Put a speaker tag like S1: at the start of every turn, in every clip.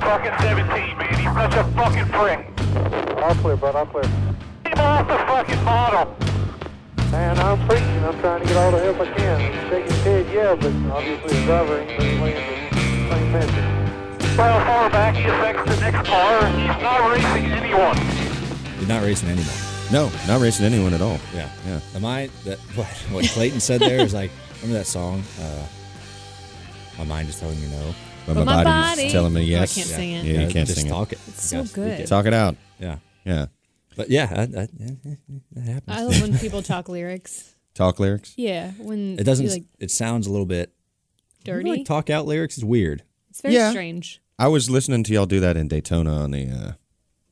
S1: fucking 17, man. He's such a fucking prick.
S2: All clear, bud. All clear.
S1: Keep him off the fucking bottle.
S2: Man, I'm preaching. I'm trying to get all the help I can. Shaking his head, yeah, but obviously the driver ain't been playing the same message.
S1: Well, far back, he affects the next car. He's not racing anyone.
S3: You're not racing anyone.
S4: No, not racing anyone at all.
S3: Yeah.
S4: Yeah.
S3: Am I that what what Clayton said there is like remember that song? Uh, my mind is telling you no.
S4: But,
S5: But
S4: my
S5: my
S4: body's
S5: body-
S4: telling me
S5: Oh, I
S4: yes.
S5: can't sing it.
S4: Yeah, you
S3: Uh,
S4: can't
S3: just
S4: sing
S3: talk it.
S5: It's
S3: You
S5: so
S3: gotta speak
S5: good.
S4: it.
S3: it.
S4: Talk it out.
S3: Yeah.
S4: Yeah.
S3: But yeah, I, I, yeah, yeah, yeah, that happens.
S5: I love when people talk lyrics.
S4: Talk lyrics.
S5: Yeah, when
S3: it doesn't.
S5: you, like
S3: it sounds a little bit remember,
S5: dirty.
S3: Like talk out lyrics is weird.
S5: it's very
S4: Yeah.
S5: strange.
S4: I was listening to y'all do that in Daytona on the, uh,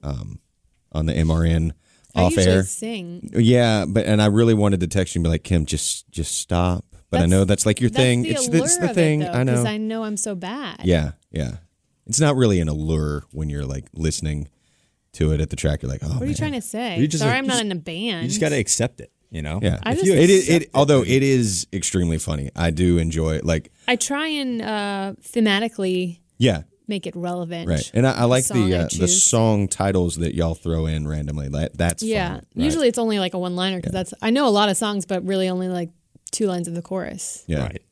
S4: um, on the MRN off
S5: I usually
S4: air.
S5: sing.
S4: Yeah, but and I really wanted to text you and be like, Kim, just just stop. But I
S5: That's-
S4: know that's like your
S5: That's
S4: thing.
S5: the
S4: it's
S5: allure
S4: it's the
S5: of
S4: thing.
S5: It, though,
S4: I
S5: 'cause
S4: know.
S5: I know I'm so bad.
S4: Yeah, yeah. It's not really an allure when you're like listening to it at the track. You're like, oh,
S5: What are you trying to say?
S3: You just-
S5: Sorry, I'm
S3: you
S5: not
S3: just-
S5: in a band.
S3: You just got to accept it. You know.
S4: Yeah,
S5: I
S3: If
S5: just-
S3: you
S4: it is.
S3: accept
S4: It although it is extremely funny. I do enjoy it. Like,
S5: I try and uh, thematically
S4: yeah,
S5: make it relevant.
S4: right. And I, I like
S5: song I
S4: the uh, the
S5: choose.
S4: song titles that y'all throw in randomly. Like, that's
S5: Yeah.
S4: fun, right?
S5: Usually it's only like a one liner because that's I know a lot of songs, but really only like two lines of the chorus.
S4: yeah.
S3: Right.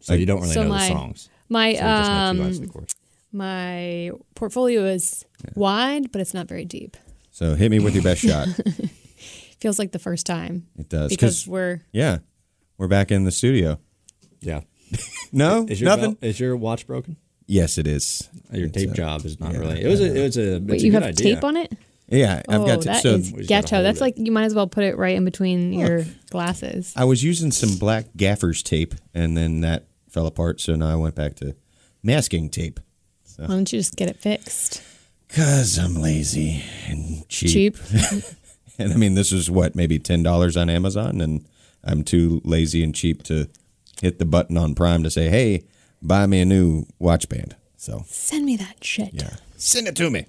S3: So you don't really
S5: So
S3: know
S5: my-
S3: the songs.
S5: My
S3: So you just know two
S5: um
S3: lines of the chorus.
S5: my portfolio is wide, but it's not very deep.
S4: So hit me with your best shot.
S5: Feels like the first time
S4: It does
S5: because we're
S4: yeah, we're back in the studio.
S3: Yeah.
S4: No,
S3: Is your
S4: nothing.
S3: bell- is your watch broken?
S4: Yes, it is.
S3: Your
S4: It's,
S3: tape
S4: uh,
S3: job is not
S4: yeah,
S3: really. It was a. It was a. It's
S5: wait.
S3: a
S5: You
S3: good
S5: have
S3: idea.
S5: tape on it.
S4: Yeah, I've
S5: oh,
S4: got. To,
S5: that
S4: so
S5: is
S3: We just gotta
S5: ghetto.
S3: hold
S5: That's
S3: it.
S5: like you might as well put it right in between your glasses.
S4: I was using some black gaffer's tape, and then that fell apart. So now I went back to masking tape
S5: Why don't you just get it fixed?
S4: because I'm lazy and cheap.
S5: Cheap.
S4: And I mean, this is what maybe ten dollars on Amazon, and I'm too lazy and cheap to hit the button on Prime to say, "Hey, buy me a new watch band." So
S5: Send me that shit.
S4: yeah, send it to me.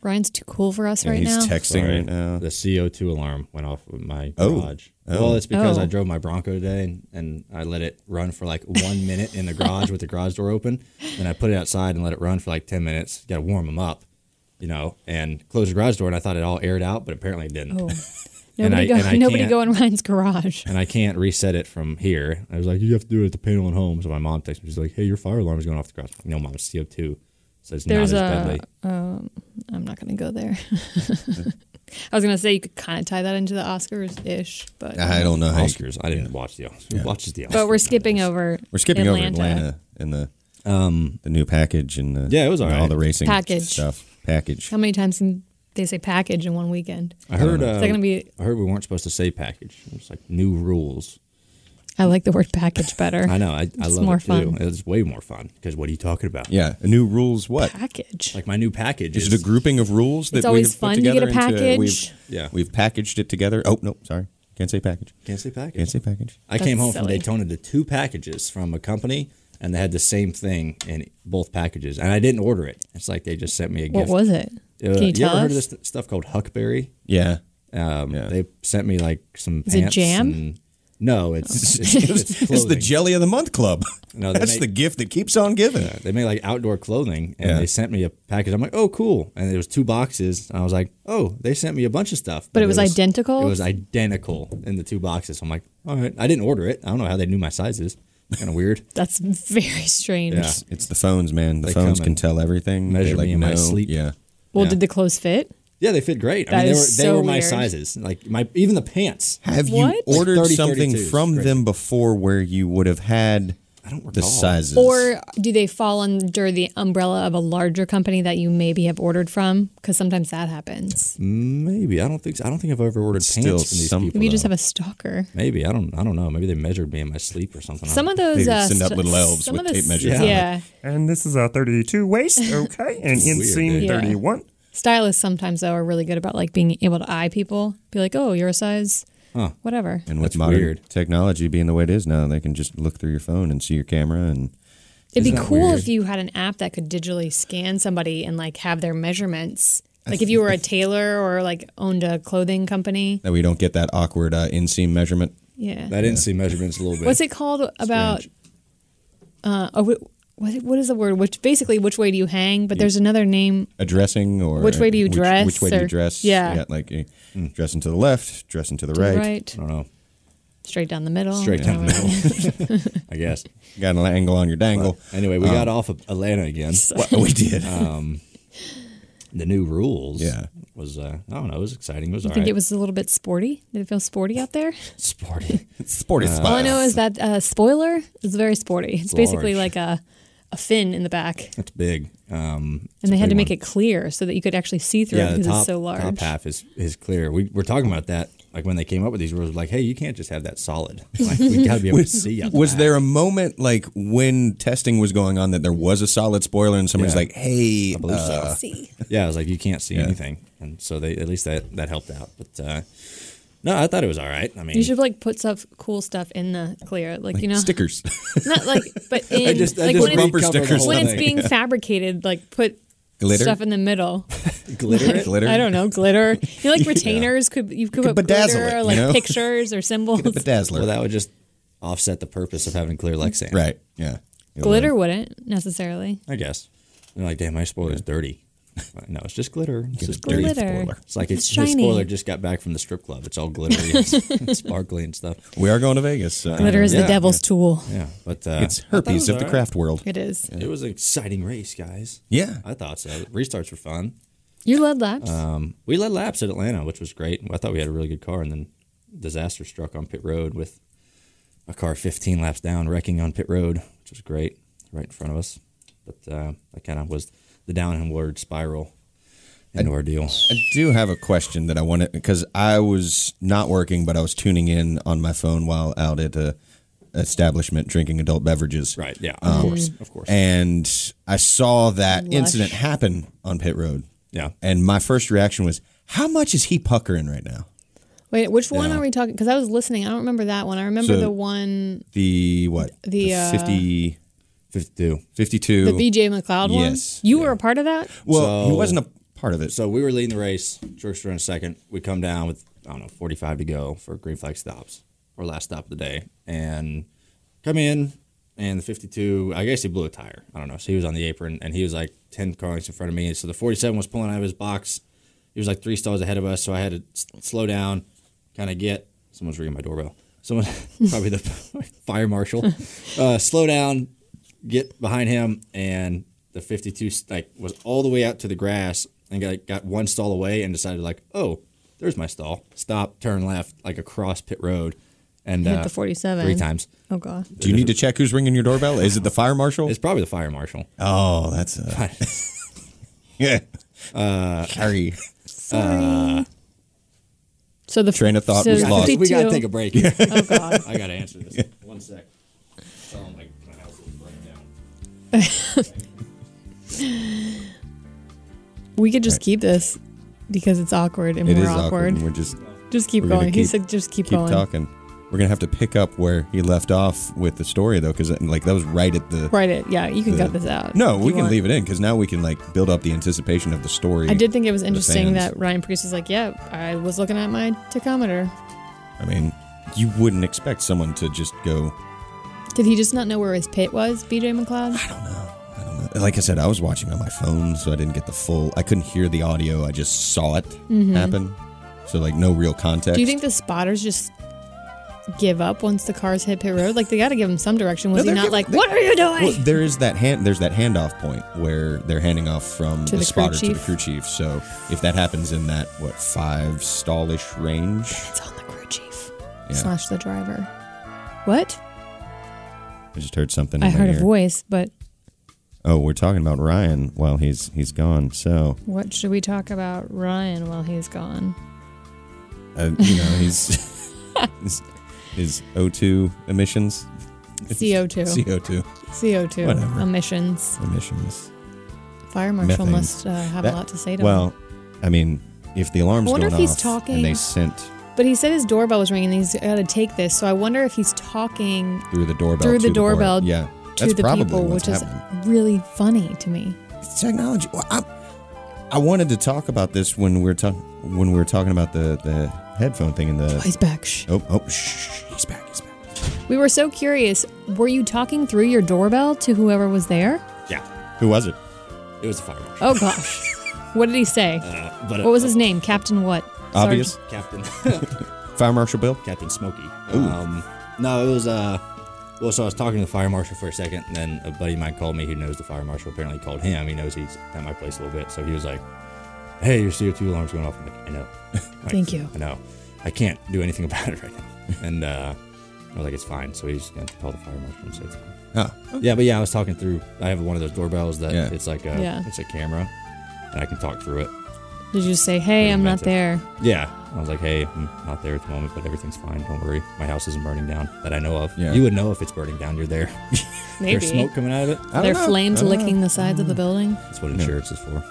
S5: Ryan's too cool for us
S4: And
S5: right
S4: he's
S5: now.
S4: texting
S3: Sorry.
S4: right now.
S3: The CO2 alarm went off in my
S4: uh, Oh.
S3: garage. Well, it's because
S5: Oh.
S3: I drove my Bronco today and, and I let it run for like one minute in the garage with the garage door open. Then I put it outside and let it run for like 10 minutes. Got to warm them up, you know, and close the garage door. And I thought it all aired out, but apparently it didn't.
S5: Oh.
S3: And
S5: Nobody
S3: I-
S5: go.
S3: and I
S5: nobody
S3: can't-
S5: go in Ryan's garage.
S3: And I can't reset it from here. I was like, you have to do it at the panel at home. So my mom texted me. She's like, hey, your fire alarm is going off the garage. I'm like, no, mom, it's CO2. So it's
S5: There's
S3: not as
S5: a-
S3: deadly.
S5: I'm not going to go there. I was going to say you could kind of tie that into the Oscars ish, but
S4: I don't know how. you-
S3: Oscars. I didn't watch the Oscars. Who watches the Oscars?
S5: but we're skipping over.
S4: We're skipping
S5: Atlanta.
S4: over Atlanta and the um the new package and the,
S3: Yeah, it was all
S4: and all
S3: right.
S4: the racing
S5: Package.
S4: stuff package.
S5: How many times can they say package in one weekend?
S3: I heard. Uh,
S5: Is that going to be?
S3: I heard we weren't supposed to say package. It was like new rules.
S5: I like the word package better.
S3: I know. I, I
S5: It's
S3: love
S5: more
S3: it too.
S5: fun.
S3: It's way more fun because what are you talking about?
S4: Yeah, new rules. What?
S5: Package.
S3: Like my new package
S4: Is
S3: is,
S4: it a grouping of rules that
S5: It's always
S4: we've put
S5: fun to get
S4: together
S5: a
S4: Into,
S5: package.
S4: we've,
S3: Yeah.
S4: we've packaged it together. Oh no, sorry, can't say package.
S3: Can't say package.
S4: Can't say package.
S3: I came
S5: That's
S3: home from
S5: silly.
S3: Daytona to two packages from a company, and they had the same thing in both packages, and I didn't order it. It's like they just sent me a
S5: what
S3: gift.
S5: was it?
S3: Uh,
S5: can you
S3: ever
S5: tell us?
S3: heard of this st- stuff called huckberry?
S4: Yeah,
S3: Um,
S4: Yeah.
S3: They sent me like some
S5: Is it
S3: pants.
S5: jam? Oh.
S3: And, no, it's it's, it's,
S4: it's the
S3: clothing.
S4: jelly of the month club.
S3: No, they
S4: that's
S3: make-
S4: the gift that keeps on giving.
S3: Uh, they made like outdoor clothing and
S4: Yeah.
S3: they sent me a package. I'm like, oh, cool. And there was two boxes. And I was like, oh, they sent me a bunch of stuff.
S5: But it was identical?
S3: It was identical in the two boxes. I'm like, all right. I didn't order it. I don't know how they knew my sizes. Kind of weird.
S5: That's very strange.
S3: Yeah.
S4: It's the phones, man. The
S3: They
S4: phones
S3: come
S4: can
S3: and
S4: tell everything. They,
S3: measure
S4: like,
S3: me in my
S4: know-
S3: sleep.
S4: Yeah,
S5: Well,
S3: Yeah.
S5: did the clothes fit?
S3: Yeah, they fit great. I
S5: That
S3: mean, they were
S5: is
S3: they
S5: so
S3: were my
S5: weird.
S3: sizes. Like my even the pants.
S4: have you
S5: What? Like
S4: ordered
S3: 30,
S4: something
S3: 32s.
S4: from
S3: Crazy.
S4: them before where you would have had
S3: I don't
S4: the
S3: recall.
S4: sizes?
S5: Or do they fall under the umbrella of a larger company that you maybe have ordered from? Because sometimes that happens.
S3: Mm, Maybe I don't think so. I don't think I've ever ordered
S4: It's
S3: pants
S4: still
S3: from these
S4: some-
S3: people.
S5: Maybe you just
S3: though.
S5: have a stalker.
S3: Maybe I don't. I don't know. Maybe they measured me in my sleep or something. I
S5: Some
S3: don't-
S5: of those
S4: They
S5: uh,
S4: send out
S5: st-
S4: little elves
S5: some
S4: with
S5: of
S4: tape
S5: those-
S4: measures
S3: on it.
S5: Yeah,
S6: And this is a 32 waist, okay, and
S3: weird,
S6: inseam
S3: dude.
S5: Yeah.
S6: 31.
S5: stylists sometimes though are really good about like being able to eye people, be like, oh, you're a size,
S3: Huh.
S5: whatever.
S4: and with
S3: That's
S4: modern
S3: weird.
S4: technology being the way it is now, they can just look through your phone and see your camera and
S5: It'd be
S3: Isn't that
S5: cool
S3: weird?
S5: if you had an app that could digitally scan somebody and like have their measurements. Like if you were a tailor or like owned a clothing company.
S4: that we don't get that awkward uh, inseam measurement.
S5: Yeah.
S3: I didn't see measurements a little bit.
S5: What's it called about? Uh, oh, what what is the word? Which basically, which way do you hang? But there's another name.
S4: A dressing or
S5: Which way do you
S4: which,
S5: dress
S4: Which way do
S5: or-
S4: you dress?
S5: yeah.
S4: like you dressing to the left, dressing to the
S5: to the
S4: right.
S5: right,
S3: I don't know.
S5: straight down the middle,
S3: Straight down the middle, I guess.
S4: Got an angle on your dangle.
S3: Anyway, we got
S4: um,
S3: off of Atlanta again.
S4: What we did.
S3: The new rules.
S4: Yeah.
S3: Was uh, I don't know. It was exciting. It was
S5: I
S3: all
S5: think
S3: right.
S5: it was a little bit sporty. Did it feel sporty out there?
S3: sporty.
S4: Sporty
S5: All I
S4: spot.
S5: know is that uh, spoiler is very sporty. It's basically
S3: large.
S5: like a a fin in the back,
S3: It's big. Um,
S5: and they had
S3: big
S5: to make
S3: one.
S5: it clear so that you could actually see through it
S3: yeah, the
S5: because
S3: top,
S5: it's so large.
S3: top half is, is clear. We were talking about that like when they came up with these rules. Like, hey, you can't just have that solid. Like, we got to be able to see. Up
S4: Was
S3: back.
S4: there a moment like when testing was going on that there was a solid spoiler and somebody's
S3: Yeah.
S4: like, "Hey,
S3: believe so.
S4: uh,
S5: See,
S3: Yeah, I was like, you can't see anything, and so they at least that that helped out. But uh, no, I thought it was all right. I mean,
S5: you should like put stuff cool stuff in the clear, like, you know,
S4: stickers?"
S5: not like but in
S3: just- I
S5: like
S3: just
S5: when,
S3: bumper
S5: it's,
S3: sticker
S5: when
S3: something.
S5: it's being fabricated, like put
S4: Glitter?
S5: stuff in the middle.
S3: glitter. it.
S4: Glitter.
S5: I don't know, glitter. You know, like retainers could you could,
S4: could
S5: put
S4: bedazzle
S5: glitter
S4: it,
S5: or
S4: you
S5: like
S4: know?
S5: pictures or symbols.
S4: The dazzler.
S3: Well, that would just offset the purpose of having clear Lexan.
S4: right. Yeah.
S5: glitter wouldn't necessarily.
S3: I guess. And they're like, damn, my spoiler's dirty. Like, no, it's just glitter. It's just
S5: dirty
S3: dirty
S5: Glitter.
S3: spoiler. It's like it's,
S5: It's
S3: his
S5: shiny.
S3: spoiler just got back from the strip club. It's all glittery and sparkly and stuff.
S4: We are going to Vegas. so-
S5: Glitter is
S3: yeah,
S5: the devil's tool.
S3: Yeah, but uh, I
S4: It's
S3: thought it
S4: herpes
S3: was
S4: of
S3: all
S4: the
S3: right.
S4: craft world.
S5: It is.
S3: It was an exciting race, guys.
S4: Yeah.
S3: I thought so. Restarts were fun.
S5: You led laps.
S4: Uh,
S3: Um, we led laps at Atlanta, which was great. I thought we had a really good car, and then disaster struck on pit road with a car 15 laps down wrecking on pit road, which was great, right in front of us. But uh, that kind of was the downward spiral into our deal.
S4: I do have a question that I wanted because I was not working, but I was tuning in on my phone while out at a establishment drinking adult beverages.
S3: Right? Yeah. Of
S4: Um,
S3: course. Of course.
S4: And I saw that
S5: Lush.
S4: incident happen on pit road.
S3: yeah.
S4: And my first reaction was, how much is he puckering right now?
S5: Wait, which one
S4: yeah.
S5: are we talking? Because I was listening. I don't remember that one. I remember
S4: So-
S5: the one,
S4: The what?
S5: The, uh,
S4: 50,
S3: 52.
S4: 52.
S5: the BJ McLeod one.
S4: Yes.
S5: You were a part of that.
S4: well, he
S3: So-
S4: wasn't a part of it. So
S3: So we were leading the race. George in second. We come down with I don't know 45 to go for green flag stops or last stop of the day, and come in and the 52. I guess he blew a tire. I don't know. So he was on the apron and he was like 10 car lengths in front of me. So the 47 was pulling out of his box. He was like three stalls ahead of us. So I had to s- slow down, kind of get. Someone's ringing my doorbell. Someone, probably the fire marshal, uh, slow down, get behind him and the 52 like was all the way out to the grass and got, got one stall away and decided like oh there's my stall stop turn left like across pit road and
S5: Hit
S3: uh,
S5: the 47.
S3: three times
S5: Oh god.
S4: do you need to check who's ringing your doorbell? Is it the fire marshal?
S3: it's probably the fire marshal
S4: Oh, that's a. yeah. Uh, Harry.
S5: So the
S4: Train of thought
S5: so
S4: was
S5: the
S4: lost.
S3: we gotta
S5: 52
S3: take a break
S5: Oh god.
S3: i gotta answer this one sec oh my, my house is burning down
S5: We could just keep this because it's awkward and
S4: It
S5: we're
S4: is awkward.
S5: awkward.
S4: and We're just
S5: Just keep
S4: We're gonna
S5: going. he
S4: keep-
S5: said, "Just keep,
S4: keep
S5: going."
S4: talking. We're gonna have to pick up where he left off with the story though, because like that was right at the.
S5: Write it. Yeah, you can
S4: the-
S5: cut this out.
S4: No, we can leave it in because now we can like build up the anticipation of the story.
S5: I did think it was interesting
S4: fans.
S5: that Ryan Priest was like, "Yep, I was looking at my tachometer."
S4: I mean, you wouldn't expect someone to just go.
S5: Did he just not know where his pit was, BJ McLeod?
S4: I don't know. uh, Like I said, I was watching on my phone, so I didn't get the full. I couldn't hear the audio. I just saw it happen. So like no real context.
S5: Mm-hmm. Do you think the spotters just give up once the cars hit pit road? Like they got to give him some direction. Was
S4: No, they're
S5: he not
S4: giv-
S5: like,
S4: they-
S5: "What are you doing?"
S4: Well, there is that hand. There's that handoff point where they're handing off from
S5: To
S4: the,
S5: the crew
S4: spotter to the
S5: chief.
S4: crew chief. So if that happens in that what five stallish range,
S5: it's on the crew chief
S4: Yeah.
S5: slash the driver. What?
S4: I just heard something.
S5: I
S4: in my
S5: heard a
S4: ear.
S5: voice, but
S4: Oh, we're talking about Ryan while he's he's gone. So
S5: what should we talk about Ryan while he's gone?
S4: uh, you know he's his, his O2 emissions.
S5: CO2.
S4: CO2
S5: CO2
S4: Whatever.
S5: emissions.
S4: emissions.
S5: Fire marshal
S4: Methane.
S5: must uh, have
S4: That-
S5: a lot to say to him.
S4: well, I mean, if the alarm's
S5: I wonder
S4: going
S5: if he's
S4: off
S5: talking-
S4: and they sent
S5: But he said his doorbell was ringing. and He's got to take this. So I wonder if he's talking
S4: through the doorbell
S5: Through the
S4: to bar-
S5: doorbell
S4: yeah,
S5: to
S4: that's
S5: the
S4: probably
S5: people,
S4: what's
S5: which
S4: happening.
S5: is really funny to me.
S4: technology. Well, I, I wanted to talk about this when we were talking when we were talking about the the headphone thing and the
S5: He's back. Shh.
S4: oh oh shh, shh, shh, he's back he's back.
S5: We were so curious. Were you talking through your doorbell to whoever was there?
S3: Yeah,
S4: Who was it?
S3: it was a fire marshal.
S5: Oh gosh. what did he say?
S3: But uh,
S5: what was his name? Captain what?
S4: Obvious.
S5: Sergeant-
S3: Captain
S4: Fire Marshal Bill?
S3: Captain Smoky. Um, no, it was uh, well, so I was talking to the fire marshal for a second, and then a buddy of mine called me who knows the fire marshal. Apparently, called him. He knows he's at my place a little bit, so he was like, "Hey, your CO two alarm's going off." I'm like, "I know." I'm like,
S5: Thank you.
S3: I know. I can't do anything about it right now. And uh, I was like, "It's fine." So he's gonna call the fire marshal and say it's fine.
S4: Huh.
S3: Yeah, but yeah, I was talking through. I have one of those doorbells that
S4: Yeah.
S3: it's like a
S5: Yeah.
S3: it's a camera, and I can talk through it.
S5: Did you say, "Hey, I'm not
S3: invented.
S5: there"?
S3: Yeah, I was like, hey, I'm not there at the moment, but everything's fine. Don't worry, my house isn't burning down that I know of.
S4: Yeah.
S3: You would know if it's burning down. You're there.
S5: Maybe.
S3: There's smoke coming out of it.
S4: I don't
S5: Their
S4: know.
S5: flames
S4: I don't know. Mm.
S5: licking the sides of the building.
S3: That's what insurance is for.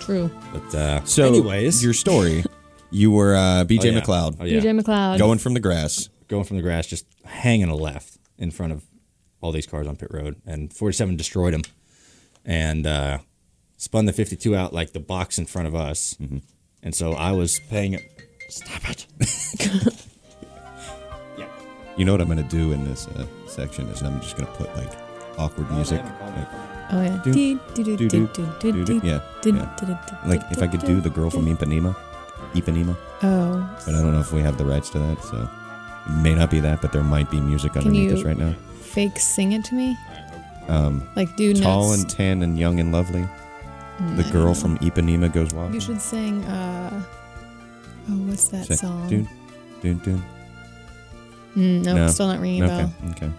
S5: True.
S3: But uh,
S4: So,
S3: anyways,
S4: your story, you were uh,
S3: Oh,
S4: BJ
S3: yeah.
S4: McLeod
S3: Oh, yeah.
S5: DJ McLeod.
S4: going from the grass.
S3: going from the grass, just hanging a left in front of all these cars on pit road, and 47 destroyed him, and uh, spun the 52 out like the box in front of us, and so I was paying it. Stop it. yeah.
S4: You know what I'm going to do in this uh, section is I'm just going to put like awkward music. Like,
S5: Oh yeah.
S4: Do-
S5: Dee, dee,
S4: do,
S5: doo, dee,
S4: do,
S5: doo,
S4: do,
S5: doo,
S4: do.
S5: dee,
S4: Yeah,
S5: doo,
S4: yeah.
S5: doo, doo, doo,
S4: like
S5: doo,
S4: if I could
S5: doo,
S4: do
S5: doo,
S4: the girl from
S5: doo.
S4: Ipanema, Ipanema,
S5: Oh,
S4: but I don't know if we have the rights to that, so it may not be that, but there might be music underneath
S5: you-
S4: us right now.
S5: fake sing it to me.
S4: Um,
S5: Like do
S4: tall
S5: notes.
S4: and tan and young and lovely, the girl from Ipanema goes
S5: Mm. You
S4: walking.
S5: should sing. uh Oh, what's that
S4: Say,
S5: song?
S4: Dun, dun, dun.
S5: Mm, no,
S4: No.
S5: still not ringing a
S4: Okay,
S5: bell.
S4: okay.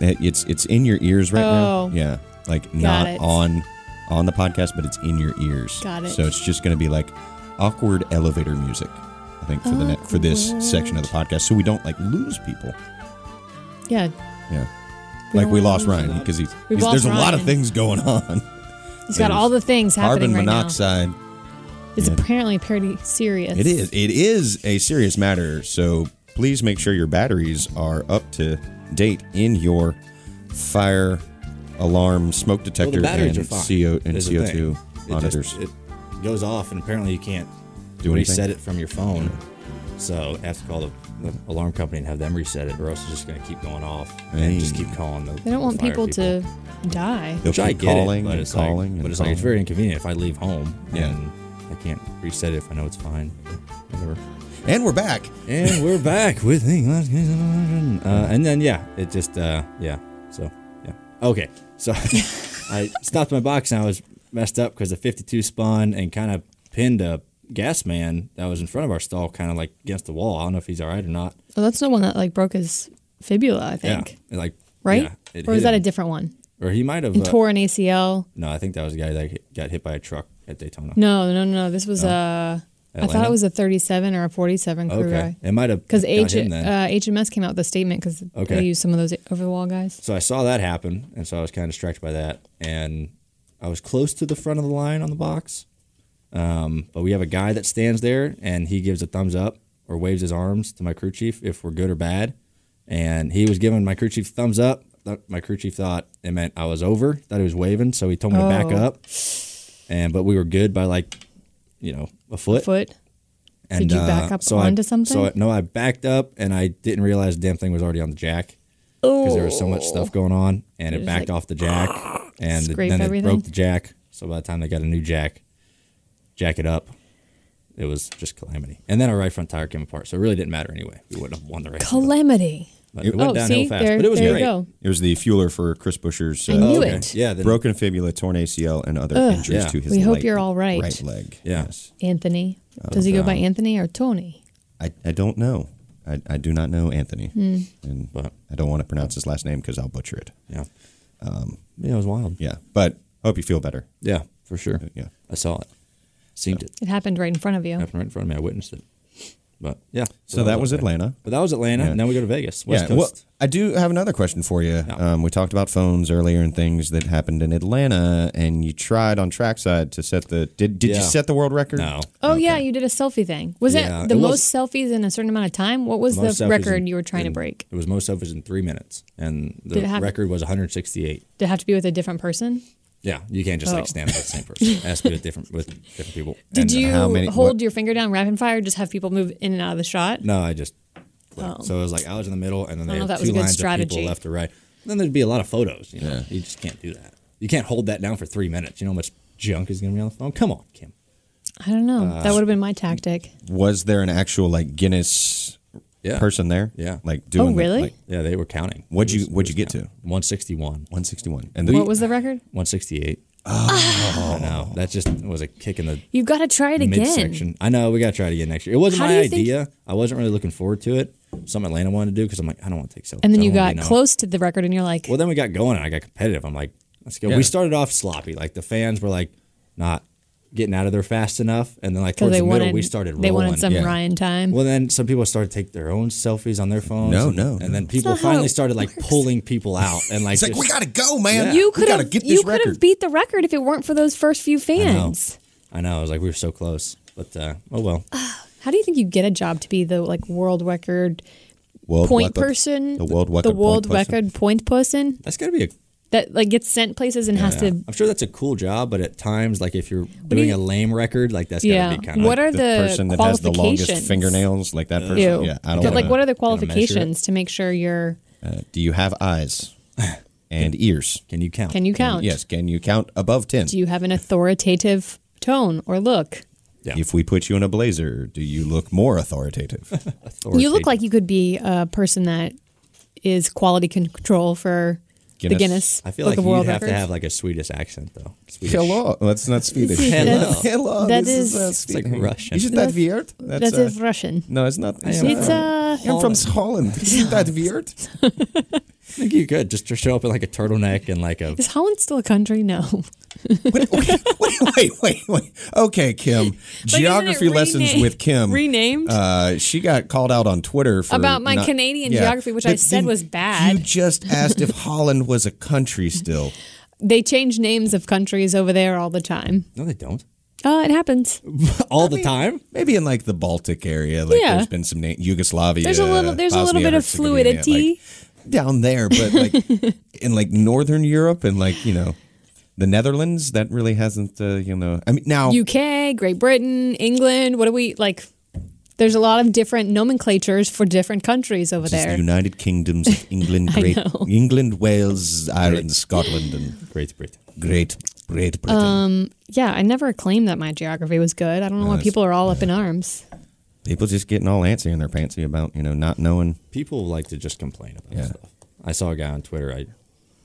S4: It- It's it's in your ears right
S5: Oh.
S4: now. Yeah, like not
S5: it.
S4: on on the podcast, but it's in your ears.
S5: Got it.
S4: So it's just going to be like awkward elevator music. I think for the ne- for this section of the podcast, so we don't like lose people.
S5: Yeah,
S4: Yeah.
S5: We
S4: like
S5: don't
S4: we
S5: wanna
S4: lost
S5: lose
S4: Ryan because he's,
S5: We've
S4: he's- there's
S5: lost
S4: a lot of
S5: Ryan.
S4: things going on.
S5: he's got
S4: There's
S5: all the things
S4: Carbon
S5: happening right
S4: monoxide.
S5: now. It's apparently pretty serious.
S4: It is. It is a serious matter. So please make sure your batteries are up to date in your fire alarm smoke
S3: Well, the
S4: detector
S3: batteries
S4: and
S3: are fine.
S4: CO and
S3: There's the
S4: CO
S3: thing.
S4: two
S3: It
S4: monitors.
S3: Just, it goes off, and apparently you can't
S4: Do anything?
S3: reset it from your phone. So I have to call the, the alarm company and have them reset it, or else it's just going to keep going off and just
S4: Hey.
S3: keep calling the.
S5: They don't want
S3: fire
S5: people, to die.
S4: They'll
S3: Which I
S4: keep
S3: get
S4: calling
S3: it, but
S4: and
S3: it's
S4: calling
S3: like,
S4: and
S3: but it's like it's
S4: calling.
S3: very inconvenient if I leave home
S4: Yeah.
S3: and I can't reset it if I know it's fine. Whatever.
S4: and we're back.
S3: And we're back with the last case of Origin. uh, and then yeah, it just uh, yeah. So yeah, okay. So I stopped my box and I was messed up because the 52 spun and kind of pinned a gas man that was in front of our stall, kind of like against the wall. I don't know if he's all right or not.
S5: Oh, that's the one that like broke his fibula, I
S3: Yeah,
S5: think.
S3: it, like
S5: Right?
S3: yeah, it
S5: or is
S3: hit
S5: that a
S3: him.
S5: different one?
S3: Or he might have.
S5: And
S3: uh,
S5: tore an ACL.
S3: no, I think that was the guy that hit- got hit by a truck at Daytona.
S5: No, no, no. This was a. I uh, I thought
S3: Atlanta?
S5: it was a 37 or a 47 crew
S3: okay, it might have
S5: Because
S3: got
S5: H-
S3: him then.
S5: uh, HMS came out with a statement because
S3: Okay.
S5: they used some of those over the wall guys.
S3: So I saw that happen, and so I was kind of distracted by that, and I was close to the front of the line on the box, um, but we have a guy that stands there, and he gives a thumbs up or waves his arms to my crew chief if we're good or bad, and he was giving my crew chief thumbs up. Th- My crew chief thought it meant I was over, thought he was waving, so he told me to back
S5: Oh.
S3: up, and but we were good by like, you know, a foot.
S5: Foot.
S3: And,
S5: Did you back up
S3: I-
S5: onto something?
S3: So I, no, I backed up and I didn't realize the damn thing was already on the jack because there was so much stuff going on, and it
S5: was
S3: backed
S5: like,
S3: off the jack, and
S5: scrape
S3: then it
S5: everything.
S3: broke the jack. So by the time they got a new jack, jack it up, it was just calamity. And then our right front tire came apart, so it really didn't matter anyway. We wouldn't have won the race.
S5: Calamity.
S3: but it went
S5: oh,
S3: downhill
S5: see?
S3: fast,
S5: there
S3: but it was
S5: there
S3: great.
S5: you go.
S4: It was the fueler for Chris Busher's
S5: I
S4: uh,
S5: knew it.
S3: Okay. Yeah, then,
S4: broken fibula, torn ACL, and other injuries
S3: Yeah.
S4: to his.
S5: We hope
S4: leg-
S5: you're all right.
S4: Right leg.
S3: Yeah.
S5: Anthony.
S3: Oh,
S5: Does he go by
S4: um,
S5: Anthony or Tony?
S4: I, I don't know. I, I do not know Anthony,
S5: Hmm.
S4: and
S3: But-
S4: I don't want to pronounce his last name because I'll butcher it.
S3: Yeah, um, yeah, it was wild.
S4: Yeah, but hope you feel better.
S3: Yeah, for sure.
S4: Yeah.
S3: I saw it, seen it
S5: It happened right in front of you.
S3: happen right in front of me. I witnessed it. But yeah,
S4: So, that was
S3: okay.
S4: Atlanta.
S3: But that was Atlanta.
S4: Yeah.
S3: And then we go to Vegas, West
S4: yeah,
S3: Coast.
S4: well, I do have another question for you. Um, we talked about phones earlier and things that happened in Atlanta, and you tried on trackside to set the. Did did
S3: Yeah.
S4: you set the world record?
S3: no,
S5: Oh yeah, you did a selfie thing. Was
S3: Yeah,
S5: that the
S3: it
S5: most selfies in a certain amount of time? What was
S3: most
S5: the
S3: stuff is
S5: record
S3: in-
S5: you were trying
S3: in-
S5: to break?
S3: It was most stuff was in three minutes, and the
S5: Did it have-
S3: record was 168.
S5: Did it have to be with a different person?
S3: Yeah, you can't just
S5: Oh.
S3: like stand with the same person. It has to be with different with different people.
S5: Did
S3: And, uh,
S5: you
S4: how many-
S5: hold
S4: what-
S5: your finger down rapid fire? Just have people move in and out of the shot?
S3: no, I just clip. So it was like I was in the middle, and then
S5: I
S3: they
S5: don't know
S3: had
S5: if
S3: two
S5: Oh. that was a good
S3: lines of
S5: strategy.
S3: people left to right. And then there'd be a lot of photos. You know,
S4: Yeah.
S3: you just can't do that. You can't hold that down for three minutes. You know how much junk is going to be on the phone? Come on, Kim.
S5: I don't know.
S3: Uh,
S5: that would have been my tactic.
S4: Was there an actual like Guinness
S3: Yeah.
S4: person there?
S3: Yeah.
S4: Like doing.
S5: Oh,
S4: the-
S5: really?
S4: like,
S3: Yeah, they were counting.
S4: what'd
S3: It
S4: you
S3: was-
S4: What'd you get to?
S3: 161,
S4: 161. And
S5: what was the record?
S3: 168. Oh, I know. That just was a kick in the
S5: You got to try it again.
S3: midsection. I know we gotta try it again next year. It wasn't
S5: How do
S3: my
S5: you think-
S3: idea. I wasn't really looking forward to it. Some Atlanta wanted to do because I'm like, I don't want to take so.
S5: And then you got close to the record, and you're like,
S3: Well, then we got going and I got competitive. I'm like, let's go.
S4: Yeah.
S3: We started off sloppy. Like the fans were like not getting out of there fast enough, and then like
S5: because
S3: towards
S5: they
S3: the middle
S5: wanted
S3: we started rolling.
S5: they wanted some
S4: yeah.
S5: Ryan time.
S3: Well, then some people started to take their own selfies on their phones.
S4: No,
S3: and,
S4: no,
S3: And
S4: no.
S3: then people
S5: not how
S3: finally
S5: it
S3: started like pulling people out and like
S4: It's like
S3: just-
S4: we gotta go, man.
S3: Yeah.
S5: you
S4: we
S5: could
S4: gotta
S5: have
S4: get
S5: you
S4: this
S5: could have
S4: record.
S5: beat the record if it weren't for those first few
S3: I know.
S5: fans.
S3: I know. I was like, we were so close, but uh, oh well.
S5: How do you think you get a job to be the like world record
S4: World
S5: point
S4: record-
S5: person?
S4: The world record.
S5: the world
S4: point person.
S5: record point person
S3: That's gotta be a
S5: that like gets sent places and has
S3: Yeah.
S5: to.
S3: I'm sure that's a cool job, but at times, like if you're doing
S5: you-
S3: a lame record, like that's
S5: Yeah.
S3: gotta be kind of.
S5: What are
S4: the,
S5: the
S4: person that has the longest
S5: qualifications?
S4: fingernails, like that person.
S5: Ew.
S4: Yeah, I don't.
S5: but like,
S4: wanna-
S5: what are
S3: gonna measure
S5: the
S3: it?
S5: qualifications to make sure you're?
S4: Uh, do you have eyes and ears?
S3: Can you count?
S5: Can you count?
S4: Yes. Can you count above ten?
S5: Do you have an authoritative tone or look?
S3: Yeah.
S4: If we put you in a blazer, do you look more authoritative?
S5: You look like you could be a person that is quality control for the
S4: Guinness.
S5: Guinness
S3: I feel
S5: Book
S3: like
S5: of
S3: you'd
S5: World
S3: have
S5: Records.
S3: to have like a Swedish accent though. Swedish.
S4: Hello. That's not Swedish.
S3: Hello.
S4: Hello.
S5: That
S4: this
S5: is-
S4: uh,
S5: It's
S3: like
S4: Swedish.
S3: Russian.
S4: Isn't that
S5: That's-
S4: weird?
S5: That
S4: uh,
S5: is Russian.
S4: No, it's not.
S3: am
S4: not.
S5: It's uh,
S4: I'm from Holland. Isn't that weird?
S3: I think you could just to show up in like a turtleneck and like a.
S5: is Holland still a country? No.
S4: wait, wait, wait, wait, wait. Okay, Kim. Geography lessons
S5: renamed-
S4: with Kim.
S5: renamed?
S4: Uh, she got called out on Twitter for
S5: About my
S4: not-
S5: Canadian geography, which I said
S4: then
S5: was bad.
S4: You just asked if Holland was a country still.
S5: They change names of countries over there all the time.
S3: No, they don't.
S5: Uh, it happens.
S4: Oh.
S3: All the time.
S4: Maybe in like the Baltic area, like
S5: Yeah.
S4: there's been some na- Yugoslavia.
S5: There's a little there's a little
S4: Bosnia,
S5: bit of
S4: Herzegovina, like,
S5: fluidity.
S4: down there, but like in like northern Europe and like you know the Netherlands, that really hasn't uh, you know. I mean now
S5: UK, Great Britain, England, what do we like there's a lot of different nomenclatures for different countries over
S4: This is
S5: there.
S4: the United Kingdoms of England, Great England, Wales, Ireland, Scotland, and
S3: Great Britain.
S4: Great Great Britain.
S5: Um, yeah, I never claimed that my geography was good. I don't know why
S4: that's-
S5: people are all up in arms.
S4: People just getting all antsy in their pantsy about you know not knowing.
S3: People like to just complain about
S4: Yeah.
S3: stuff. I saw a guy on Twitter. I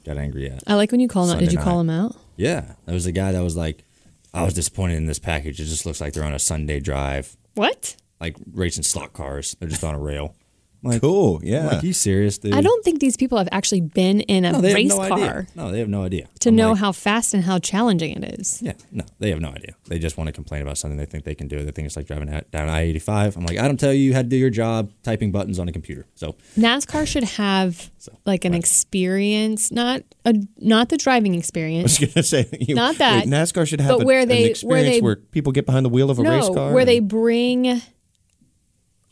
S3: got angry at.
S5: I like when you call them out. Did
S3: Sunday
S5: you call
S3: night.
S5: them out?
S3: Yeah, there was a guy that was like, "I was disappointed in this package. It just looks like they're on a Sunday drive,
S5: What?
S3: like racing slot cars. They're just on a rail." I'm Like,
S4: Cool,
S3: I'm
S4: yeah.
S3: Like you serious, dude?
S5: I don't think these people have actually been in a
S3: No, they
S5: race
S3: have no
S5: car
S3: idea. No, they have no idea.
S5: to
S3: I'm
S5: know
S3: like,
S5: how fast and how challenging it is.
S3: Yeah, no, they have no idea. They just want to complain about something they think they can do. They think it's like driving out- down I eighty five. I'm like, I don't tell you how to do your job typing buttons on a computer. So
S5: NASCAR should have like an experience, not a not the driving experience.
S4: gonna say you,
S5: Not that,
S4: wait, NASCAR should have
S5: but
S4: a-
S5: where they-
S4: an
S5: where
S4: experience where,
S5: they-
S4: people get behind the wheel of a race
S5: No,
S4: car.
S5: where
S4: and-
S5: they bring.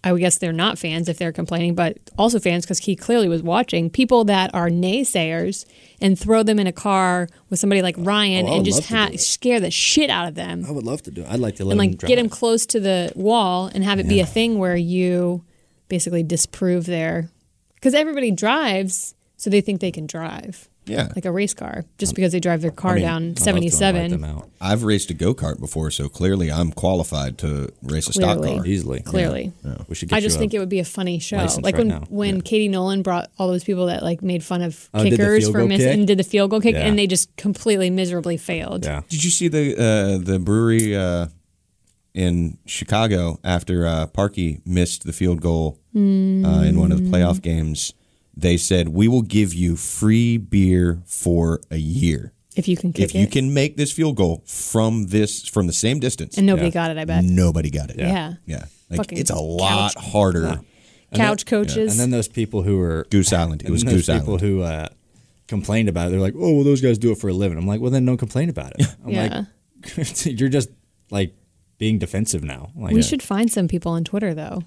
S5: I would guess they're not fans if they're complaining, but also fans because he clearly was watching people that are naysayers and throw them in a car with somebody like Ryan
S3: Oh, I would
S5: and just
S3: love to
S5: ha-
S3: do it.
S5: scare the shit out of them
S3: I would love to do. I'd like to let
S5: and
S3: them
S5: like
S3: drive.
S5: get them close to the wall and have it be a thing where you basically disprove their because everybody drives so they think they can drive
S4: yeah,
S5: like a race car just because they drive their car
S3: I mean, I'd
S5: down
S3: love to invite
S5: 77
S3: them out
S4: I've raced a go kart before, so clearly I'm qualified to race a stock
S5: Clearly.
S4: car.
S3: easily.
S5: clearly
S3: we should. Get
S5: i just
S3: you
S5: think
S3: a,
S5: it would be a funny show
S3: license
S5: like
S3: right
S5: when
S3: now.
S5: when katie nolan brought all those people that like made fun of
S3: Oh, did the
S5: kickers
S3: field
S5: for
S3: goal
S5: missing
S3: kick?
S5: and did the field goal kick
S3: Yeah.
S5: and they just completely miserably failed
S3: Yeah,
S4: Did you see the uh, the brewery uh, in Chicago after uh, Parkey missed the field goal uh, in one of
S5: Mm.
S4: the playoff games? They said, "We will give you free beer for a year
S5: if you can kick
S4: if you
S5: it
S4: can make this field goal from this from the same distance."
S5: and nobody
S3: Yeah.
S5: got it i bet
S4: nobody got it.
S5: yeah,
S4: yeah. Like
S5: Fucking
S4: it's a
S5: couch.
S4: lot harder.
S5: couch coaches
S3: and then those people who were
S4: Goose Island. It
S3: and
S4: was
S3: then those
S4: Goose Island.
S3: people who uh, complained about it. They're like, oh, well, those guys do it for a living. I'm like, well, then don't complain about it. I'm
S5: Yeah.
S3: like, you're just like being defensive now. Like,
S5: We should find some people on Twitter though.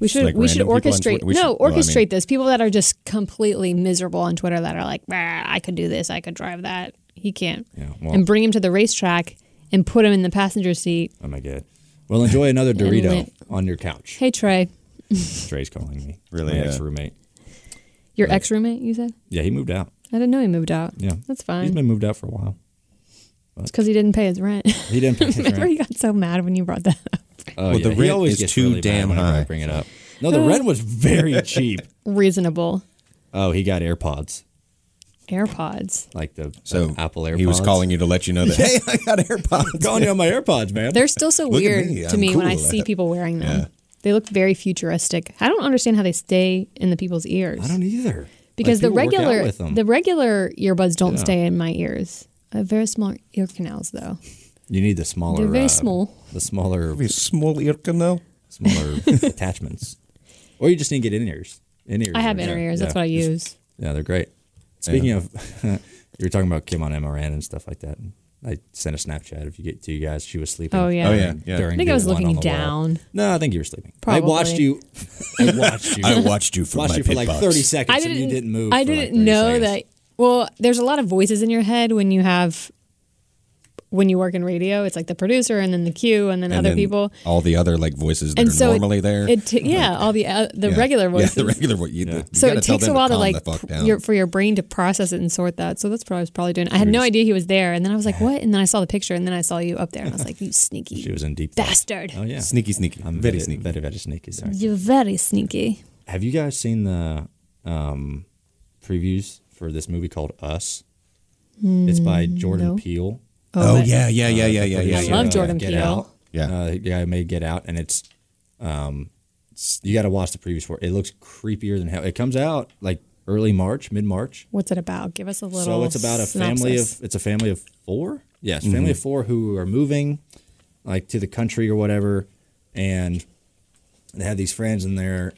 S5: We should
S4: like
S5: we should
S4: random people on
S5: orchestrate
S4: Twitter? We
S5: no
S4: should- well, I mean-
S5: orchestrate this. People that are just completely miserable on Twitter that are like, "Bah, I could do this, I could drive that. He can't,
S3: Yeah, well-
S5: and bring him to the racetrack and put him in the passenger seat.
S3: Oh my god. Well, enjoy another Dorito
S5: lit.
S3: on your couch.
S5: Hey Trey,
S3: Dre's calling me.
S4: Really,
S3: My
S4: yeah.
S3: ex roommate.
S5: Your ex roommate, you said?
S3: Yeah, he moved out.
S5: I didn't know he moved out.
S3: Yeah.
S5: That's
S3: He's
S5: fine.
S3: been moved out for a while.
S5: It's because he didn't pay his rent.
S3: He didn't pay his
S5: Remember,
S3: rent.
S5: he got so mad when you brought that up.
S3: Oh,
S4: Well, the
S3: He
S4: rent
S3: always
S4: is
S3: gets
S4: too
S3: really mad
S4: damn
S3: whenever
S4: high.
S3: I bring it up. No,
S5: Uh,
S3: the rent was very cheap.
S5: Reasonable
S3: Oh, he got AirPods,
S5: AirPods.
S3: like the
S4: So
S3: the Apple AirPods.
S4: He was calling you to let you know that. Hey, I got AirPods.
S3: calling you on my AirPods, man.
S5: They're still so
S4: Look at
S5: weird
S4: me,
S5: to
S4: I'm
S5: me when
S4: cool
S5: I
S4: with
S5: see
S4: that.
S5: people wearing them.
S4: Yeah.
S5: They look very futuristic. I don't understand how they stay in the people's ears.
S3: I don't either.
S5: because
S3: Like,
S5: the
S3: people work out
S5: regular
S3: with them.
S5: the regular earbuds don't
S3: Yeah.
S5: stay in my ears. I have very small ear canals though.
S3: you need the smaller.
S5: They're very
S3: uh,
S5: small.
S3: The smaller,
S4: small ear canal.
S3: smaller attachments, or you just need to get in ears. In ears.
S5: I have
S3: right?
S5: inner ears.
S3: Yeah.
S5: That's what I
S3: Just-
S5: use.
S3: Yeah, they're great. Speaking of, you were talking about Kim on MRN and stuff like that. I sent a Snapchat if you get to you guys. She was sleeping.
S5: Oh, yeah.
S4: Oh, yeah, yeah.
S5: I think I
S3: Duel
S5: was
S3: One
S5: looking
S3: on the Wall.
S5: down.
S3: No, I think you were sleeping. I
S5: Probably.
S3: watched you. I watched you.
S4: I watched you for
S3: watched
S4: my
S3: you for
S4: pit
S3: like
S4: box.
S3: thirty seconds,
S5: I
S3: and
S5: didn't,
S3: you didn't move.
S5: I
S3: for, like,
S5: didn't
S3: 30
S5: know
S3: seconds.
S5: that. Well, there's a lot of voices in your head when you have when you work in radio. It's like the producer and then the queue and then
S4: And
S5: other
S4: then
S5: people.
S4: All the other like voices that
S5: And
S4: are
S5: so it-
S4: normally there.
S5: It t- yeah, all the uh, the
S4: Yeah.
S5: regular voices.
S4: Yeah, the regular voice. You, you
S5: so
S4: gotta
S5: it
S4: tell
S5: takes
S4: them
S5: a while to
S4: calm
S5: like
S4: the fuck
S5: pr-
S4: down.
S5: your, for your brain to process it and sort that. So that's probably what I was probably doing. I had no idea he was there, and then I was like, "What?" And then I saw the picture, and then I saw you up there, and I was like, "You sneaky
S3: she was in deep thought.
S5: bastard!
S3: Oh yeah,
S4: sneaky, sneaky.
S3: I'm
S4: very
S3: very,
S4: sneaky.
S3: very, very sneaky. Sorry.
S5: You're very sneaky."
S3: Have you guys seen the um, previews for this movie called Us? it's by Jordan
S5: Mm, no.
S3: Peele.
S4: oh
S5: but-
S4: yeah, yeah, yeah, yeah, yeah,
S3: Producer
S4: yeah.
S5: I
S3: of
S4: yeah.
S5: love Jordan
S3: Get
S5: Peele.
S3: Out.
S4: Yeah.
S3: uh, the guy who made Get Out, and it's um, it's- you got to watch the previews for it. It looks creepier than hell. It comes out like early March, mid March.
S5: What's it about? Give us a little.
S3: So it's about a family
S5: synopsis.
S3: of it's a family of four. Mm-hmm. Yes, family of four who are moving, like to the country or whatever, and they have these friends in there.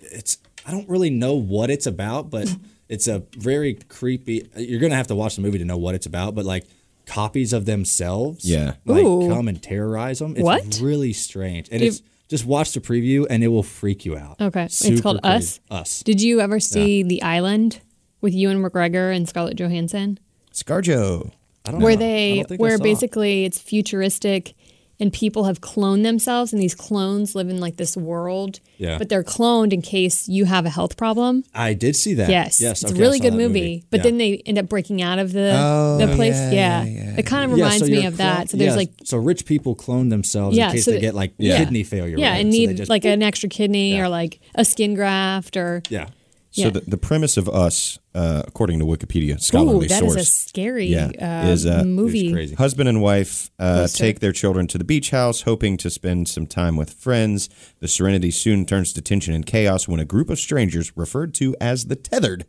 S3: It's I don't really know what it's about, but it's a very creepy. You're gonna have to watch the movie to know what it's about, but like copies of themselves,
S4: Yeah.
S3: like
S5: Ooh.
S3: come and terrorize them. It's
S5: What?
S3: really strange, and
S5: You-
S3: it's just watch the preview and it will freak you out.
S5: Okay. It's
S3: Super
S5: called
S3: creepy.
S5: Us?
S3: Us.
S5: Did you ever see The Island with Ewan McGregor and Scarlett Johansson?
S4: Scarjo.
S3: I don't
S5: Where
S3: know. I
S5: they
S3: don't think I
S5: where
S3: saw it.
S5: basically it's futuristic and people have cloned themselves and these clones live in like this world.
S3: Yeah.
S5: But they're cloned in case you have a health problem.
S3: I did see that.
S5: Yes.
S3: Yes.
S5: it's
S3: okay,
S5: a
S3: I
S5: really
S3: saw
S5: good
S3: that
S5: movie. But
S3: Yeah.
S5: then they end up breaking out of the
S4: Oh,
S5: the place.
S4: yeah,
S5: Yeah.
S4: yeah,
S5: it kind of
S3: Yeah, so
S5: reminds me
S3: you're
S5: of
S3: clone-
S5: that. So there's
S3: yeah,
S5: like
S3: so rich people clone themselves
S5: Yeah,
S3: in case
S5: so
S3: they
S5: that-
S3: get like
S5: yeah.
S3: kidney failure. or
S5: yeah,
S3: whatever.
S5: and
S3: Oh, So they
S5: need
S3: just-
S5: like an extra kidney
S3: Yeah.
S5: or like a skin graft or
S3: yeah.
S4: So
S5: Yeah.
S4: the, the premise of us, uh, according to Wikipedia,
S5: Ooh,
S4: scholarly
S5: that is
S4: source,
S5: a scary
S4: Yeah,
S5: uh,
S4: is, uh,
S5: movie.
S3: It's crazy.
S4: Husband and wife uh,
S5: Poster.
S4: take their children to the beach house, hoping to spend some time with friends. The serenity soon turns to tension and chaos when a group of strangers, referred to as the Tethered,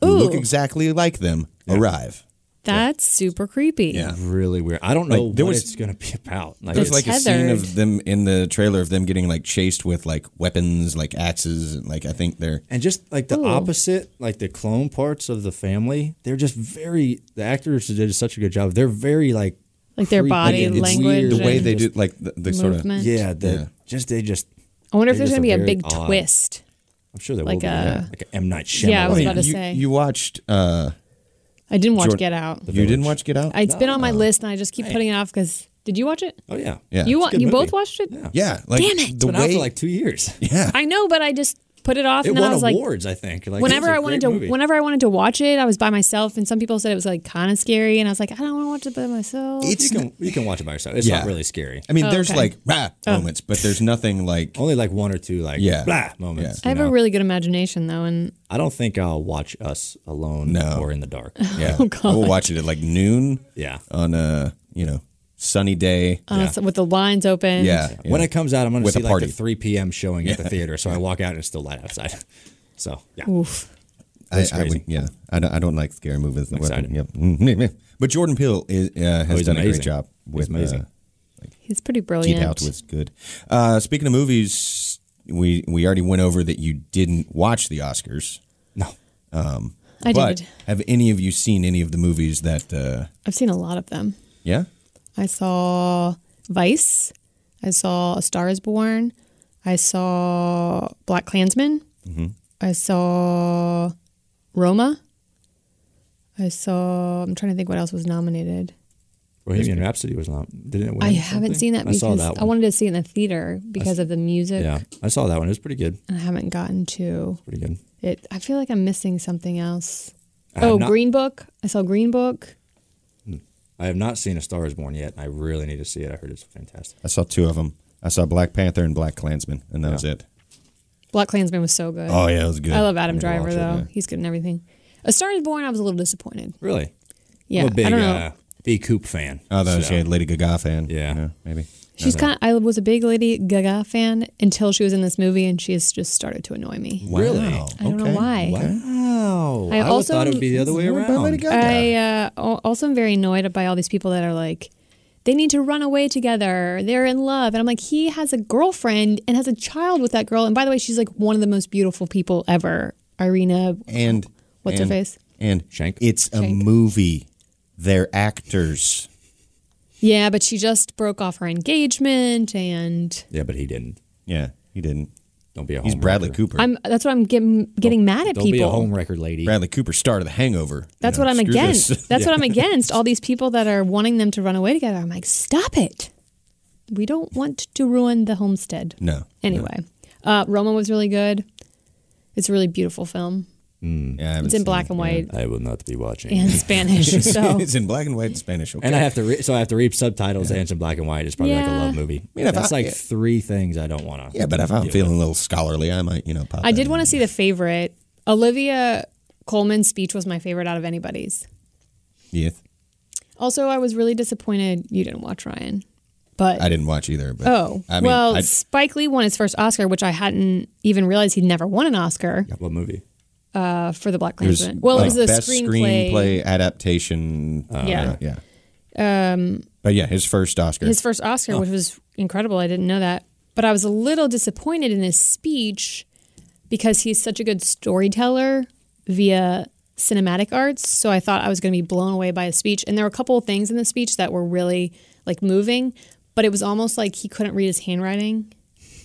S4: who look
S5: Ooh.
S4: exactly like them, arrive.
S5: That's super creepy.
S4: Yeah.
S3: Really weird. I don't know
S4: Like, there
S3: what
S4: was-
S3: it's gonna be about. Like,
S4: There's
S3: it's-
S4: like a scene of
S5: Tethered.
S4: them in the trailer of them getting like chased with like weapons, like axes, and like I think they're
S3: and just like the
S5: Ooh.
S3: opposite, like the clone parts of the family, they're just very. The actors did such a good job. They're very like
S5: Like their
S3: creepy
S5: body
S3: and
S4: it's
S5: language
S4: the way
S5: and
S4: they do like the, the sort of
S5: movement.
S3: Yeah, the,
S4: Yeah.
S3: just they just.
S5: I wonder if
S3: They're
S5: there's
S3: just
S5: going to
S3: a
S5: be a
S3: very
S5: big
S3: odd-
S5: twist.
S3: I'm sure there
S5: Like
S3: will be
S5: a-
S3: yeah, like a M Night Shyamalan.
S5: Yeah, I was about to
S4: you,
S5: say.
S4: you watched uh
S5: I didn't watch
S4: Jordan-
S5: Get Out.
S4: you didn't watch Get Out?
S5: It's been on my list, and I just keep putting it off because. Did you watch it?
S3: oh yeah,
S4: Yeah.
S5: you
S4: it's
S5: wa-
S3: good
S5: you
S3: movie.
S5: both watched it?
S4: yeah, like
S5: Damn it.
S4: the
S3: Been out
S4: way
S3: for like two years.
S4: yeah.
S5: I know, but I just put it off,
S3: It
S5: and then I
S3: won
S5: was like,
S3: awards, I think. Like, it
S5: whenever
S3: was a
S5: I wanted
S3: great
S5: to,
S3: movie.
S5: whenever I wanted to watch it, I was by myself, and some people said it was like kind of scary, and I was like, I don't want to watch it by myself.
S4: It's
S3: you can you can watch it by yourself. It's
S4: Yeah.
S3: not really scary.
S4: I mean, there's
S5: Oh, okay. Oh.
S4: like rah moments, but there's nothing like
S3: Only like one or two like
S4: Yeah.
S3: blah moments.
S5: I
S3: you
S5: have
S3: know?
S5: a really good imagination though, and
S3: I don't think I'll watch us alone
S4: No.
S3: or in the dark.
S4: yeah.
S5: Oh,
S4: I will watch it at like noon
S3: yeah.
S4: on a you know sunny day.
S5: uh, so with the lines open,
S4: yeah,
S3: When
S4: yeah.
S3: it comes out, I'm going to
S4: With a
S3: see like
S4: party.
S3: the 3 p.m. showing at the theater. So I walk out and it's still light outside. So yeah,
S5: oof,
S4: I,
S3: That's
S4: I would,
S3: crazy.
S4: yeah, I don't, I don't like scary movies. That
S3: excited. Oh,
S4: weapon. Yep. Mm-hmm. But Jordan Peele is, uh, has
S3: he's
S4: done a great
S3: amazing.
S4: job
S3: He's
S4: with
S3: amazing.
S4: Uh,
S5: Oh, he's pretty
S4: Get
S5: brilliant.
S4: Out was good. Uh, speaking of movies, we we already went over that you didn't watch the Oscars. Um,
S3: no,
S5: I
S4: but
S5: did.
S4: Have any of you seen any of the movies that? Uh,
S5: I've seen a lot of them.
S4: yeah.
S5: I saw Vice. I saw A Star Is Born. I saw Black Klansman.
S4: Mm-hmm.
S5: I saw Roma. I saw. I'm trying to think what else was nominated.
S3: Bohemian Rhapsody was not. Didn't it win?
S5: I haven't
S3: something?
S5: seen that
S3: I
S5: because
S3: saw
S5: I,
S3: that one.
S5: wanted to see it in the theater because of the music,
S3: yeah, I saw that one. It was pretty good.
S5: and I haven't gotten to
S3: Pretty good.
S5: it. I feel like I'm missing something else.
S3: I have
S5: Oh,
S3: not-
S5: Green Book. I saw Green Book.
S3: I have not seen A Star Is Born yet. I really need to see it. I heard it's fantastic.
S4: I saw two of them. I saw Black Panther and Black Klansman, and that was it.
S5: Black Klansman was so good.
S4: Oh yeah, it was good.
S5: I love Adam
S4: need to
S5: Driver
S4: watch it,
S5: though.
S4: yeah.
S5: He's good in everything. A Star Is Born. I was a little disappointed.
S3: Really?
S5: Yeah,
S3: I'm a big,
S5: I don't know.
S3: Uh, big Coop fan.
S4: Oh, that was
S3: so-
S4: yeah, Lady Gaga fan.
S3: Yeah.
S4: maybe.
S5: She's kind. I was a big Lady Gaga fan until she was in this movie, and she has just started to annoy me.
S3: Really?
S5: I don't know why.
S3: Wow.
S5: I
S3: I,
S5: also-
S3: also thought it would be the other way
S4: What about Lady
S3: around.
S4: Gaga?
S5: I uh, al- also am very annoyed by all these people that are like, they need to run away together. They're in love. And I'm like, he has a girlfriend and has a child with that girl. And by the way, she's like one of the most beautiful people ever. Irina.
S4: and
S5: What's her
S4: and,
S5: face?
S4: And
S3: Shank.
S4: It's a
S5: Shank.
S4: movie. They're actors.
S5: Yeah, but she just broke off her engagement. And
S3: Yeah, but he didn't.
S4: Yeah, he didn't.
S3: Don't be a
S4: He's
S3: homewrecker.
S4: Bradley Cooper.
S5: I'm that's what I'm getting, getting mad at
S3: Don't
S5: people.
S3: be a home record lady.
S4: Bradley Cooper, star of The Hangover.
S5: That's
S4: You
S5: what
S4: know,
S5: I'm
S4: screw
S5: against.
S4: this.
S5: That's what I'm against. All these people that are wanting them to run away together. I'm like, stop it. We don't want to ruin the homestead.
S4: no.
S5: Anyway, uh, Roma was really good. It's a really beautiful film.
S3: Mm.
S4: Yeah, I haven't
S5: It's in
S4: seen
S5: black
S4: it.
S5: and white
S3: I will not be watching.
S5: and Spanish. So
S4: it's in black and white in Spanish. Okay.
S3: and I have to, re- so I have to read subtitles and some black and white. It's probably like a
S5: Yeah.
S3: love movie.
S4: mean, if
S3: That's
S4: I-
S3: like
S4: yeah.
S3: three things I don't want to.
S4: yeah, but if I'm feeling a little scholarly, I might, you know, pop.
S5: I did want to see the favorite. Olivia Coleman's speech was my favorite out of anybody's.
S4: to. Yeah,
S5: Also, I was really disappointed you didn't watch Ryan. But
S4: I didn't watch either. But
S5: oh,
S4: I mean,
S5: well,
S4: I,
S5: Spike Lee won his first Oscar, which I hadn't even realized he'd never won an Oscar
S3: What movie?
S5: uh, for the Black
S4: it was
S5: Klansman. Well,
S4: like
S5: it was the
S4: best
S5: screenplay.
S4: adaptation.
S3: Oh,
S5: Yeah.
S4: uh, yeah. Um, but yeah, his first Oscar. Oh.
S5: Um, his first Oscar, which was incredible. I didn't know that. But I was a little disappointed in his speech because he's such a good storyteller via cinematic arts. So I thought I was going to be blown away by his speech. And there were a couple of things in the speech that were really like moving, but it was almost like he couldn't read his handwriting.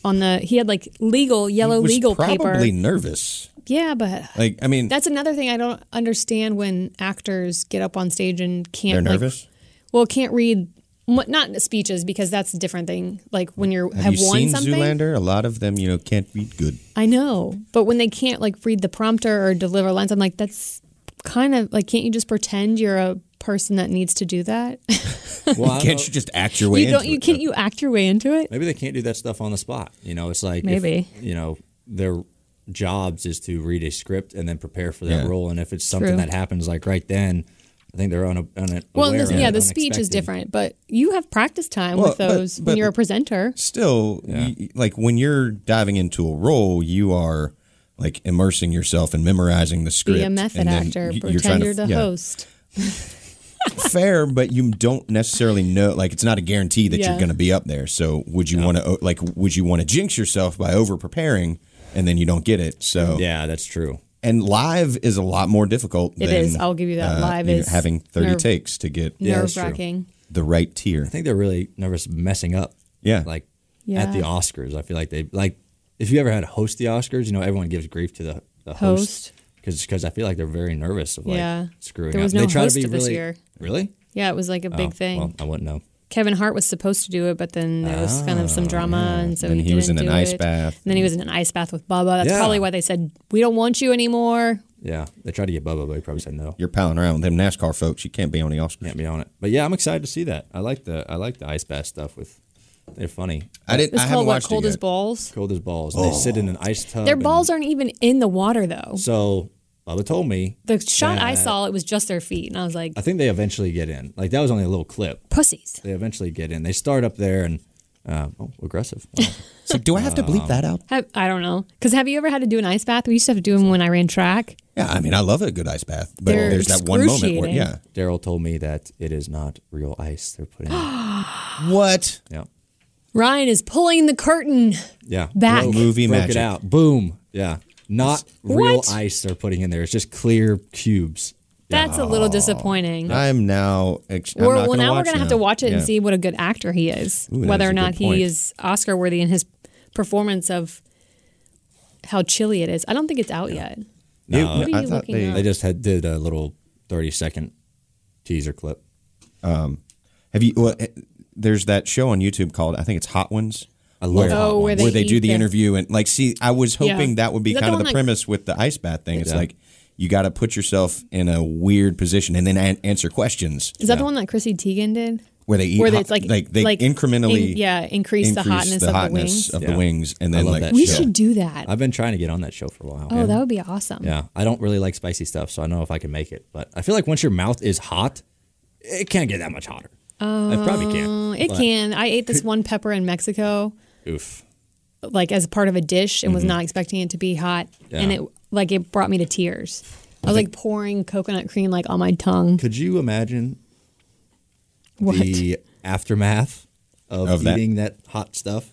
S5: On the he had like legal yellow
S4: He was
S5: legal
S4: probably
S5: paper.
S4: nervous.
S5: Yeah, but
S4: Like, I mean,
S5: that's another thing I don't understand when actors get up on stage and can't
S4: they're
S5: like,
S4: nervous.
S5: well, can't read m- not speeches because that's a different thing. Like when you're have,
S4: have you
S5: won
S4: seen
S5: something.
S4: Zoolander? A lot of them, you know, can't read good.
S5: I know, but when they can't like read the prompter or deliver lines, I'm like, that's kind of like, can't you just pretend you're a person that needs to do that?
S3: Well, I don't know.
S4: Can't you just act your way
S5: you don't.
S4: into
S5: You
S4: it?
S5: can't. You act your way into it.
S3: maybe they can't do that stuff on the spot. You know, it's like if,
S5: Maybe.
S3: you know their jobs is to read a script and then prepare for that
S4: Yeah.
S3: role. And if it's something
S5: True.
S3: that happens like right then, I think they're on a on
S5: Well, this, yeah, the speech is different, but you have practice time
S4: Well,
S5: with
S4: but-
S5: those when
S4: but-
S5: you're a presenter.
S4: Still, y- like when you're diving into a role, you are like immersing yourself and memorizing the script.
S5: Be a method
S4: and then
S5: actor.
S4: y-
S5: pretend you're,
S4: trying to-
S5: the
S4: yeah.
S5: host.
S4: Fair, but you don't necessarily know. Like, it's not a guarantee that
S5: Yeah.
S4: you're going to be up there. So, would you want to like? Would you want to jinx yourself by over preparing, and then you don't get it? So,
S3: Yeah, that's true.
S4: and live is a lot more difficult.
S5: It
S4: than,
S5: is. I'll give you that. Live
S4: you know,
S5: is
S4: uh, having thirty
S5: nerve-
S4: takes to get
S5: Nerve
S3: that's true.
S5: wracking.
S4: the right tier.
S3: I think they're really nervous messing up.
S4: Yeah.
S3: like
S5: Yeah.
S3: at the Oscars, I feel like they like if you ever had to host the Oscars, you know everyone gives grief to the, the
S5: Host.
S3: host because I feel like they're very nervous of like
S5: Yeah.
S3: screwing
S5: There was
S3: up.
S5: no
S3: they try
S5: host
S3: to be
S5: this
S3: really
S5: year.
S3: really
S5: Yeah, it was like a big
S3: Oh,
S5: thing.
S3: Well, I wouldn't know.
S5: Kevin Hart was supposed to do it, but then there was kind of some drama, and so
S4: And
S5: he,
S4: Ah, he was
S5: didn't
S4: in an
S5: do
S4: ice
S5: it.
S4: bath.
S5: And then he was in an ice bath with Bubba. That's
S3: Yeah.
S5: probably why they said we don't want you anymore.
S3: Yeah, they tried to get Bubba, but he probably said no.
S4: You're palling around with them NASCAR folks. You can't be on the Oscars.
S3: can't be on it. But yeah, I'm excited to see that. I like the I like the ice bath stuff with they're funny.
S4: I didn't.
S5: It's
S4: I haven't
S5: called what?
S4: watched
S5: Cold
S4: it
S5: as
S4: yet.
S5: balls.
S3: Cold as balls. And They sit in an ice tub.
S5: Oh. Their
S3: and-
S5: balls aren't even in the water though.
S3: So Bubba told me.
S5: The shot I
S3: that-
S5: saw, it was just their feet, and I was like,
S3: I think they eventually get in. Like that was only a little clip.
S5: pussies.
S3: They eventually get in. They start up there and uh, oh, aggressive. Wow.
S4: So do I have to bleep that out?
S5: Have, I don't know. Because have you ever had to do an ice bath? We used to have to do them when I ran track.
S4: Yeah, I mean, I love a good ice bath, but
S5: They're
S4: there's that one moment where
S5: excruciating.
S4: yeah,
S3: Daryl told me that it is not real ice they're putting. in.
S4: what?
S3: yeah.
S5: Ryan is pulling the curtain.
S3: Yeah.
S5: Back.
S3: Broke-
S4: Movie
S3: broke
S4: magic.
S3: it out. Boom. Yeah. Not real
S5: What?
S3: ice they're putting in there. It's just clear cubes.
S5: That's a little disappointing.
S4: I'm now. Ex- I'm
S5: We're,
S4: not
S5: well,
S4: gonna
S5: now we're
S4: watch
S5: going to have to watch it and
S4: Yeah.
S5: see what a good actor he is,
S4: Ooh, that
S5: whether
S4: is
S5: or
S4: a
S5: not
S4: good point.
S5: he is Oscar worthy in his performance of how chilly it is. I don't think it's out yet.
S4: You-
S5: What are
S4: I
S5: you
S4: thought
S5: looking
S4: they-
S5: up?
S3: They just had did a little 30 second teaser clip.
S4: Have you? Well, eh, there's that show on YouTube called I think it's Hot Ones.
S3: I love Hot
S5: Oh, where
S3: Ones.
S5: they-
S4: where they do
S5: eat
S4: the
S5: the-
S4: interview and like see i was hoping
S5: Yeah.
S4: that would be
S5: Is that the
S4: kind of
S5: one
S4: the
S5: that-
S4: premise with the ice bath thing it's
S3: Yeah.
S4: like you got to put yourself in a weird position and then an- answer questions
S5: Is that the one that Chrissy Teigen did?
S4: where they eat
S5: Where
S4: hot-
S5: it's like
S4: they
S5: like
S4: incrementally
S5: in- yeah, increase, the hotness of the wings.
S4: of the
S3: Yeah.
S4: wings and then
S3: love
S4: like
S3: that
S5: we
S3: show.
S5: should do that.
S3: I've been trying to get on that show for a while.
S5: oh, that would be awesome.
S3: Yeah, I don't really like spicy stuff, so I don't know if I can make it. But I feel like once your mouth is hot, it can't get that much hotter. Oh, it probably
S5: Uh,
S3: can.
S5: It
S3: but-
S5: can. I ate this one pepper in Mexico,
S3: Oof.
S5: like as part of a dish, and was not expecting it to be hot, and
S3: Yeah.
S5: it like it brought me to tears. I was like pouring coconut cream like on my tongue.
S3: Could you imagine
S5: What?
S3: the aftermath of,
S4: Of that?
S3: eating that? hot stuff?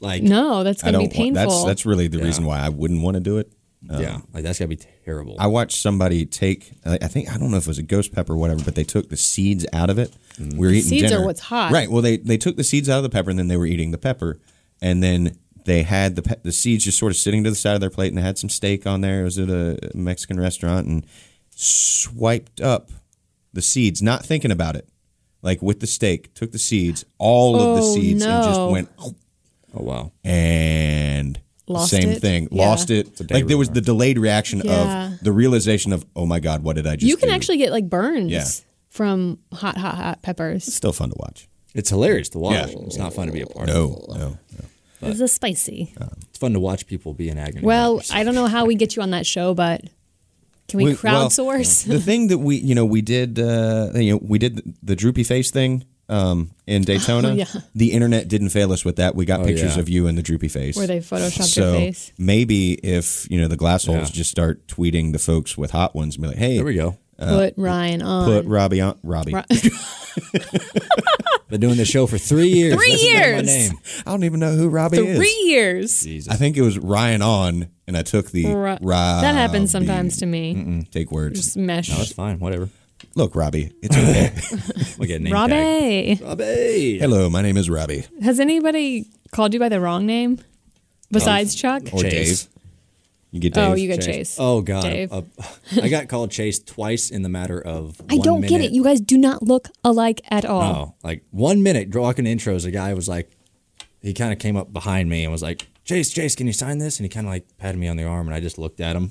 S3: Like,
S5: No, that's
S4: i
S5: gonna be
S4: don't want,
S5: painful.
S4: that's that's really the
S3: Yeah.
S4: reason why i wouldn't want to do it Uh,
S3: yeah, like that's gotta be terrible.
S4: I watched somebody take. I I think I don't know if it was a ghost pepper or whatever, but they took the seeds out of it. We were eating
S5: Seeds are
S4: dinner.
S5: what's hot.
S4: right? Well, they they took the seeds out of the pepper and then they were eating the pepper, and then they had the pe- the seeds just sort of sitting to the side of their plate, and they had some steak on there. It was at a Mexican restaurant, and swiped up the seeds, not thinking about it, like with the steak. Took the seeds, all of the
S5: Oh,
S4: seeds, and
S5: no.
S4: just went
S3: oh wow.
S4: and
S5: Lost
S4: same
S5: it?
S4: thing,
S5: Yeah.
S4: lost it.
S3: a day
S4: Like there was the
S3: ruiner.
S4: delayed reaction
S5: Yeah.
S4: of the realization of, oh my god, what did I just?
S5: you can
S4: do?
S5: actually get like burns
S4: Yeah.
S5: from hot, hot, hot
S4: It's
S5: peppers.
S4: still fun to watch.
S3: It's hilarious to watch.
S4: Yeah.
S3: It's not fun to be a part of.
S4: No, no,
S7: This is spicy.
S3: It's fun to watch people be in agony.
S5: Well,
S3: about
S5: I don't know how we get you on that show, but can we,
S4: We- well,
S5: crowdsource?
S4: the thing that we, you know, we did, uh, you know, we did the, the droopy face thing um, in Daytona.
S5: Oh, yeah.
S4: The internet didn't fail us with that. We got pictures
S3: yeah.
S4: of you and the droopy face.
S5: Where they photoshopped
S4: so
S5: your face.
S4: maybe if you know the glass holes
S3: Yeah.
S4: just start tweeting the folks with hot ones and be like, hey,
S3: There we go.
S5: Put Ryan on.
S4: put Robbie on Robbie.
S5: Ro-
S3: Been doing this show for three years.
S5: Three
S3: That's not
S5: years!
S3: My name.
S4: I don't even know who Robbie is.
S5: Three years.
S4: I think it was Ryan on, and I took the
S5: Ro-
S4: Rob-
S5: that happens sometimes to me.
S4: Take words.
S5: Just mesh.
S3: Oh, That's fine. Whatever.
S4: Look, Robbie, it's okay.
S3: We'll get a name tag.
S5: Robbie,
S3: Robbie.
S4: Hello, my name is Robbie
S5: has anybody called you by the wrong name besides Chuck?
S4: or
S3: Chase.
S4: Dave. You get Dave.
S5: Oh, you got Chase.
S3: Oh God,
S5: Dave.
S3: Uh, I got called Chase twice in the matter of.
S5: I
S3: one
S5: don't get
S3: minute.
S5: it. You guys do not look alike at
S3: Oh,
S5: all.
S3: like one minute walking intros, a guy was like, he kind of came up behind me and was like, Chase, Chase, can you sign this? And he kind of like patted me on the arm, and I just looked at him,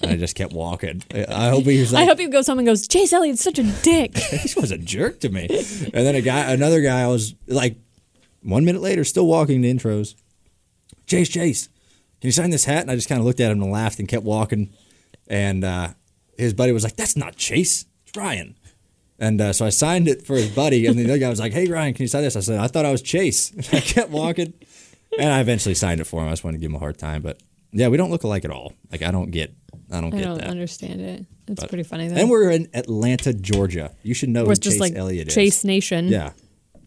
S3: and I just kept walking. I I hope he was
S5: I
S3: like,
S5: hope you go home and goes, Chase Elliott's such a dick.
S3: this was a jerk to me. And then a guy, another guy, I was like, one minute later, still walking to intros. Chase, Chase, can you sign this hat? And I just kind of looked at him and laughed and kept walking. And uh, his buddy was like, that's not Chase, it's Ryan. And uh, so I signed it for his buddy. And the other guy was like, hey, Ryan, can you sign this? I said, I thought I was Chase. And I kept walking. And I eventually signed it for him. I just wanted to give him a hard time. But yeah, we don't look alike at all. Like, I don't get, I don't
S5: I
S3: get
S5: don't
S3: that.
S5: understand it. That's pretty funny though.
S3: And we're in Atlanta, Georgia. You should know
S5: Or
S3: who
S5: it's
S3: Chase
S5: just like
S3: Elliott is.
S5: Chase Nation.
S3: Yeah.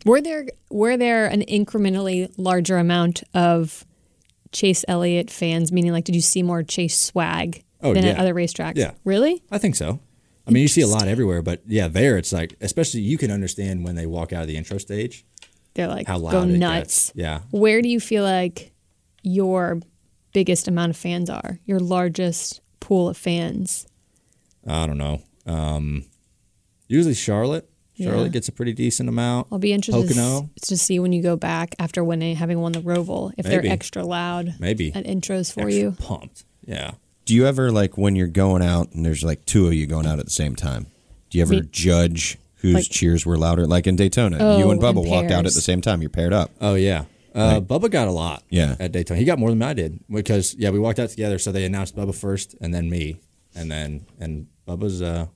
S5: Were there were there an incrementally larger amount of Chase Elliott fans? Meaning, like, did you see more Chase swag
S3: Oh,
S5: than at
S3: yeah.
S5: other racetracks?
S3: Yeah.
S5: Really?
S3: I think so. I mean, you see a lot everywhere, but yeah, there it's like, especially you can understand when they walk out of the intro stage.
S5: They're like
S3: How
S5: go
S3: loud it
S5: nuts.
S3: gets. Yeah.
S5: Where do you feel like your biggest amount of fans are? Your largest pool of fans?
S3: I don't know. Um, usually Charlotte. Charlotte
S5: Yeah.
S3: gets a pretty decent amount.
S5: I'll be interested to
S3: Pocono.
S5: s- to see when you go back after winning, having won the Roval, if
S3: Maybe.
S5: they're extra loud
S3: Maybe.
S5: at intros for
S3: Extra
S5: you.
S3: Pumped. Yeah.
S4: Do you ever like when you're going out and there's like two of you going out at the same time? Do you ever
S5: Me-
S4: judge whose
S5: Like-
S4: cheers were louder? Like in Daytona, you
S5: Oh,
S4: and Bubba
S5: in
S4: walked out at
S5: pairs.
S4: the same time. You're paired up.
S3: Oh, yeah. Uh, Bubba got a lot
S4: Yeah.
S3: at Daytona. He got more than I did because, yeah, we walked out together. So they announced Bubba first and then me. And then, and Bubba's, uh,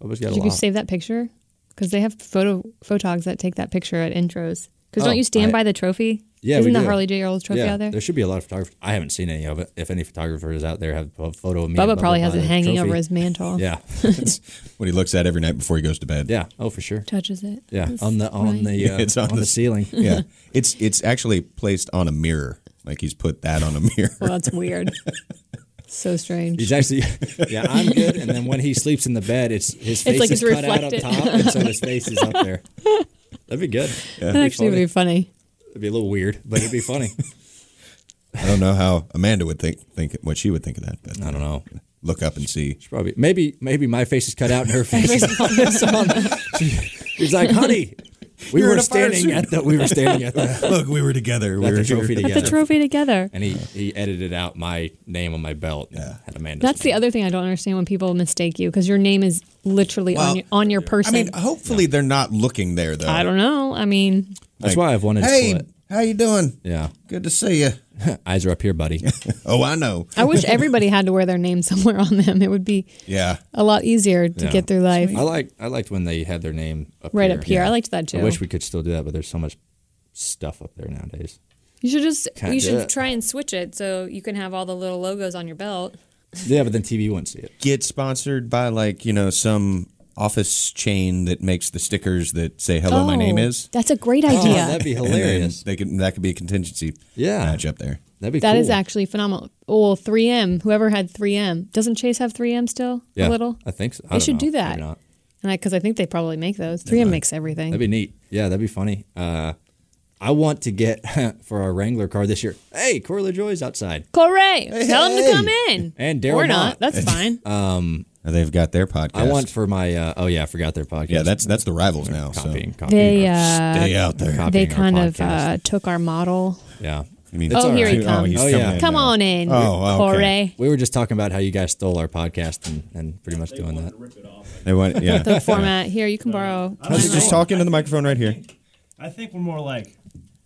S3: Bubba's got
S5: Did
S3: a
S5: you
S3: lot.
S5: save that picture? Because they have photo photogs that take that picture at intros. Because
S3: Oh,
S5: don't you stand
S3: I-
S5: by the trophy?
S3: Yeah,
S5: isn't
S3: we
S5: the
S3: do.
S5: Harley J. Earls trophy out there?
S3: There should be a lot of photographers. I haven't seen any of it. If any photographers out there have a photo of me, and
S5: Bubba probably has
S3: by
S5: it
S3: the
S5: hanging
S3: trophy.
S5: over his mantle.
S3: Yeah,
S4: What he looks at every night before he goes to bed.
S3: yeah. Oh, for sure.
S5: touches it.
S3: Yeah, on the on the uh,
S4: It's on
S3: on,
S4: the-
S3: the ceiling.
S4: yeah. It's it's actually placed on a mirror. Like he's put that on a mirror.
S5: Well, that's weird. so strange.
S3: He's actually, yeah, I'm good. And then when he sleeps in the bed, it's his face
S5: like
S3: is
S5: it's
S3: cut out up
S5: reflected.
S3: top, and so his face is up there. That'd be good.
S5: That actually would be funny.
S3: It'd be a little weird, but it'd be funny.
S4: I don't know how Amanda would think think what she would think of that. But
S3: I don't know.
S4: Look up and see.
S3: Probably, maybe, maybe my face is cut out and her face is on. He's like, honey, We
S4: You're
S3: were
S4: in a fire
S3: standing
S4: suit.
S3: at the. We were standing at the,
S4: Look, we were together. We
S3: at
S4: were
S3: the trophy
S4: here.
S3: together.
S5: The trophy together.
S3: and he, he edited out my name on my belt. Yeah, had Amanda's
S5: That's the
S3: name.
S5: other thing I don't understand when people mistake you because your name is literally
S4: Well,
S5: on, your, on your
S4: I
S5: person. I,
S4: mean,
S3: uh,
S4: hopefully they're not looking there though.
S5: don't know. I mean,
S3: That's why I've wanted to
S4: Hey,
S3: split.
S4: how you doing?
S3: Yeah,
S4: Good to see you.
S3: eyes are up here, buddy.
S4: Oh, I know.
S5: I wish everybody had to wear their name somewhere on them. It would be
S4: Yeah.
S5: a lot easier to
S3: Yeah.
S5: get through life.
S3: I liked I liked when they had their name up
S5: Right
S3: here.
S5: up here.
S3: Yeah.
S5: I liked that too.
S3: I wish we could still do that, but there's so much stuff up there nowadays.
S5: you should just
S3: Can't
S5: you
S3: do
S5: should
S3: it.
S5: try and switch it so you can have all the little logos on your belt.
S3: Yeah, but then TV wouldn't see it.
S4: Get sponsored by like you know some office chain that makes the stickers that say "Hello, my name is."
S5: That's a great
S3: Oh,
S5: idea.
S3: that'd Oh. be
S4: And then
S3: hilarious.
S4: They could that could be a contingency
S3: Yeah.
S4: match up there.
S3: That'd be
S5: That
S3: cool.
S5: is actually phenomenal. Oh, 3M. Whoever had 3M doesn't Chase have 3M still?
S3: yeah,
S5: a little.
S3: I think so. I
S5: They
S3: don't
S5: should
S3: know.
S5: do that.
S3: Maybe not.
S5: And because I, think they probably make those. 3M makes everything.
S3: That'd be neat. Yeah, that'd be funny. Uh, I want to get for our Wrangler car this year. Hey, Corla Joy's outside.
S5: Correct. Tell them to come in.
S3: And Daryl
S5: Or
S3: Mott.
S5: not. That's fine.
S4: Now They've got their podcast.
S3: I want for my. Uh, oh yeah, I forgot their podcast.
S4: Yeah, that's that's the rivals now. So
S3: copying. copying
S5: they
S3: our-
S5: uh,
S4: stay out there.
S3: copying
S5: they
S3: our
S5: kind of
S3: podcast.
S5: uh, took our model.
S3: yeah.
S4: I mean,
S3: It's
S5: oh,
S3: all
S5: here
S3: right.
S5: he comes.
S4: he's
S3: Oh,
S4: coming
S3: yeah.
S4: in
S5: Come
S4: now.
S5: on in,
S4: Oh, okay.
S5: Corey.
S3: We were just talking about how you guys stole our podcast and, and pretty much doing that.
S4: They want yeah.
S5: The format here. You can borrow.
S4: I was just talking to the microphone right here.
S8: I think we're more like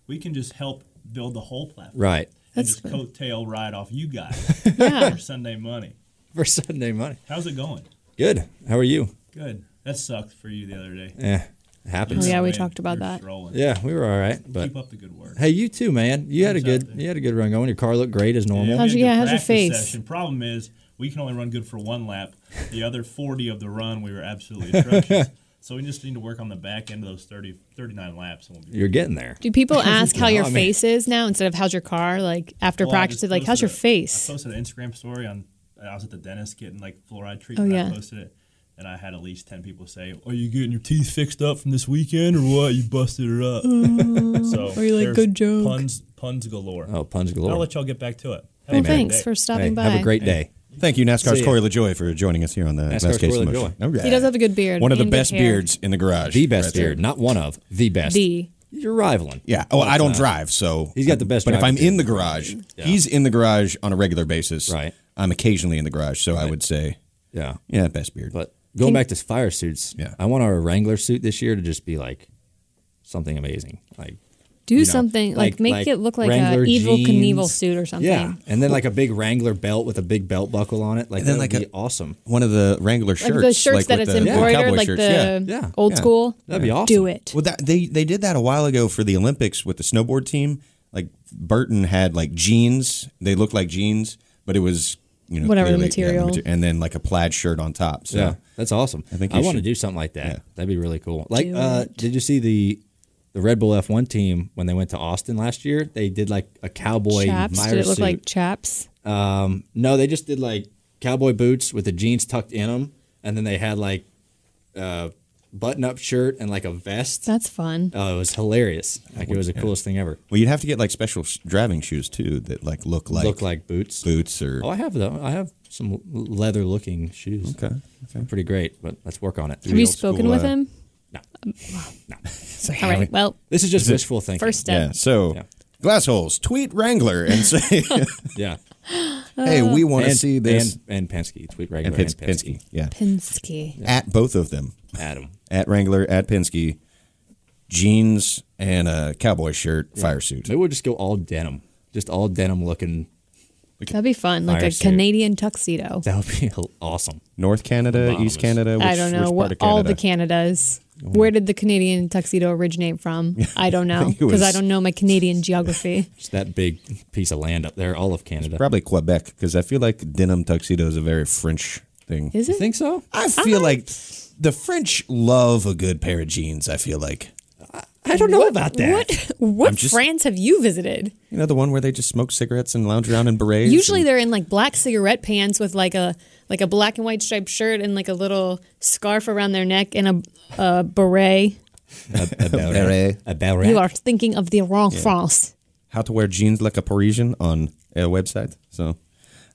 S8: we can just help build the whole platform.
S3: Right.
S8: And
S5: That's
S8: just coattail ride off you guys
S5: Yeah.
S8: for Sunday money.
S3: For Sunday money.
S8: How's it going?
S3: Good. How are you?
S8: Good. That sucked for you the other day.
S3: Yeah.
S5: Oh,
S3: Happens.
S5: yeah, we
S8: Man,
S5: talked about
S8: you're
S5: that.
S8: Rolling.
S3: Yeah, we were all right. But
S8: Keep up the good work.
S3: hey, you too, man. You had a
S8: Thumbs up,
S3: good
S8: dude.
S3: you had a good run going. Your car looked great as normal.
S5: How's
S8: We
S5: your- yeah,
S8: had a good
S5: how's your
S8: practice
S5: face?
S8: Session. Problem is, we can only run good for one lap. The other 40 of the run, we were absolutely atrocious. so we just need to work on the back end of those 30, 39 laps, and we'll be.
S3: You're getting there.
S5: Do people ask how your
S3: I mean-
S5: face is now instead of how's your car? Like after
S8: Well, I
S5: practice,
S8: just
S5: they're like how's
S8: posted
S5: your
S8: a-
S5: face?
S8: I posted an Instagram story on. I was at the dentist getting like fluoride treatment.
S5: Oh, yeah.
S8: I posted it, and I had at least ten people say, "Are you getting your teeth fixed up from this weekend, or what? You busted her up." so
S5: Oh. Are you like,
S8: there's
S5: "Good joke."
S8: Puns, puns galore.
S3: Oh, puns
S8: I'll
S3: galore.
S8: let y'all get back to it. Have
S5: Well,
S8: a great
S5: thanks
S8: day.
S5: for stopping
S3: Hey,
S5: by.
S3: have a great day.
S4: Thank you, NASCAR's
S3: See ya.
S4: Corey LaJoy, for joining us here on the
S3: NASCAR's
S4: Best Case
S3: Corey
S4: Motion.
S3: LaJoy.
S4: Alright.
S5: He does have a good beard.
S4: One of the
S5: and good
S4: best
S5: hair.
S4: beards in the garage.
S3: The best
S4: Right there.
S3: beard, not one of the best.
S5: The
S3: You're rivaling.
S4: Yeah. Oh, I don't drive, so
S3: uh, He's got the best
S4: But if
S3: driver,
S4: I'm
S3: too.
S4: in the garage,
S3: Yeah.
S4: he's in the garage on a regular basis.
S3: Right.
S4: I'm occasionally in the garage, so I would say,
S3: Yeah.
S4: yeah, best beard.
S3: But going back to fire suits,
S4: Yeah.
S3: I want our Wrangler suit this year to just be like something amazing. Like
S5: do
S3: you know,
S5: something like, make it look like
S3: Wrangler
S5: a evil Knievel
S3: jeans.
S5: suit or something.
S3: Yeah, and then like a big Wrangler belt with a big belt buckle on it. Like
S4: And then
S3: that would
S4: like
S3: be
S4: a-
S3: awesome.
S4: one of the Wrangler shirts,
S5: Like the shirts
S4: like
S5: that
S4: with
S5: it's
S4: the,
S5: embroidered,
S4: cowboy
S5: like
S4: shirts.
S5: the
S3: Yeah, yeah,
S5: old
S4: yeah.
S5: school.
S3: That'd be awesome.
S5: Do it.
S4: Well, that, they they did that a while ago for the Olympics with the snowboard team. Like Burton had like jeans; they looked like jeans, but it was you know
S5: Whatever the
S4: clearly- yeah,
S5: material.
S4: mater- and then like a plaid shirt on top. So
S3: Yeah, that's awesome. I
S4: think
S3: I
S4: you
S3: want to
S4: should-
S3: do something like that.
S4: Yeah.
S3: That'd be really cool. Like,
S5: Do
S3: uh, did you see the the Red Bull F1 team when they went to Austin last year? They did like a cowboy
S5: Chaps.
S3: fire
S5: Did it look
S3: suit.
S5: like chaps?
S3: no, they just did like cowboy boots with the jeans tucked in them, and then they had like uh, button up shirt and like a vest.
S5: That's fun.
S3: Oh, it was hilarious. Like it was the coolest thing ever.
S4: well, you'd have to get like special sh- driving shoes too that like look like
S3: Look like boots.
S4: boots or
S3: Oh, I have though. I have some leather looking shoes.
S4: Okay,
S3: They're pretty great, but let's work on it.
S5: Have you
S4: old
S5: spoken
S4: school,
S5: with
S4: uh,
S5: him?
S3: No.
S5: All right. Well,
S3: This is just wishful thinking.
S5: first step.
S4: yeah. So
S3: Yeah.
S4: glass holes, tweet Wrangler and say,
S3: Yeah.
S5: Uh,
S4: hey, we want to
S3: And,
S4: see this.
S3: and, and Penske. Tweet
S4: And
S3: regular
S4: Pins-
S3: and,
S4: Penske.
S3: Penske.
S4: yeah,
S5: Pinsky.
S4: at both of them.
S3: Adam.
S4: at Wrangler, at Penske, jeans and a cowboy shirt, fire suit.
S3: Maybe we'll just go all denim. Just all denim looking.
S5: That'd be fun. Like
S3: Fire
S5: a
S3: suit.
S5: Canadian tuxedo.
S3: That would be hel- awesome.
S4: North Canada,
S3: Bahamas.
S4: East Canada. Which,
S5: I don't know
S4: which part of
S5: what
S4: Canada? Oh.
S5: all the Canadas. Where did the Canadian tuxedo originate from? I don't know
S4: think it
S5: because I
S4: was-
S5: don't know my Canadian geography.
S3: Just that big piece of land up there, all of Canada.
S4: Probably Quebec, because I feel like denim tuxedo is a very French thing.
S5: Is
S3: you
S5: it?
S3: think so?
S4: I feel like the French love a good pair of jeans. I feel like
S3: I don't know about that.
S5: What what
S4: I'm just-
S5: France have you visited?
S4: you know the one where they just smoke cigarettes and lounge around in berets.
S5: Usually
S4: and-
S5: they're in like black cigarette pants with like a like a black and white striped shirt and like a little scarf around their neck and a, a beret.
S3: About
S4: Beret.
S3: it. About
S5: You
S3: it.
S5: are thinking of the wrong France.
S4: how to wear jeans like a Parisian on a website. So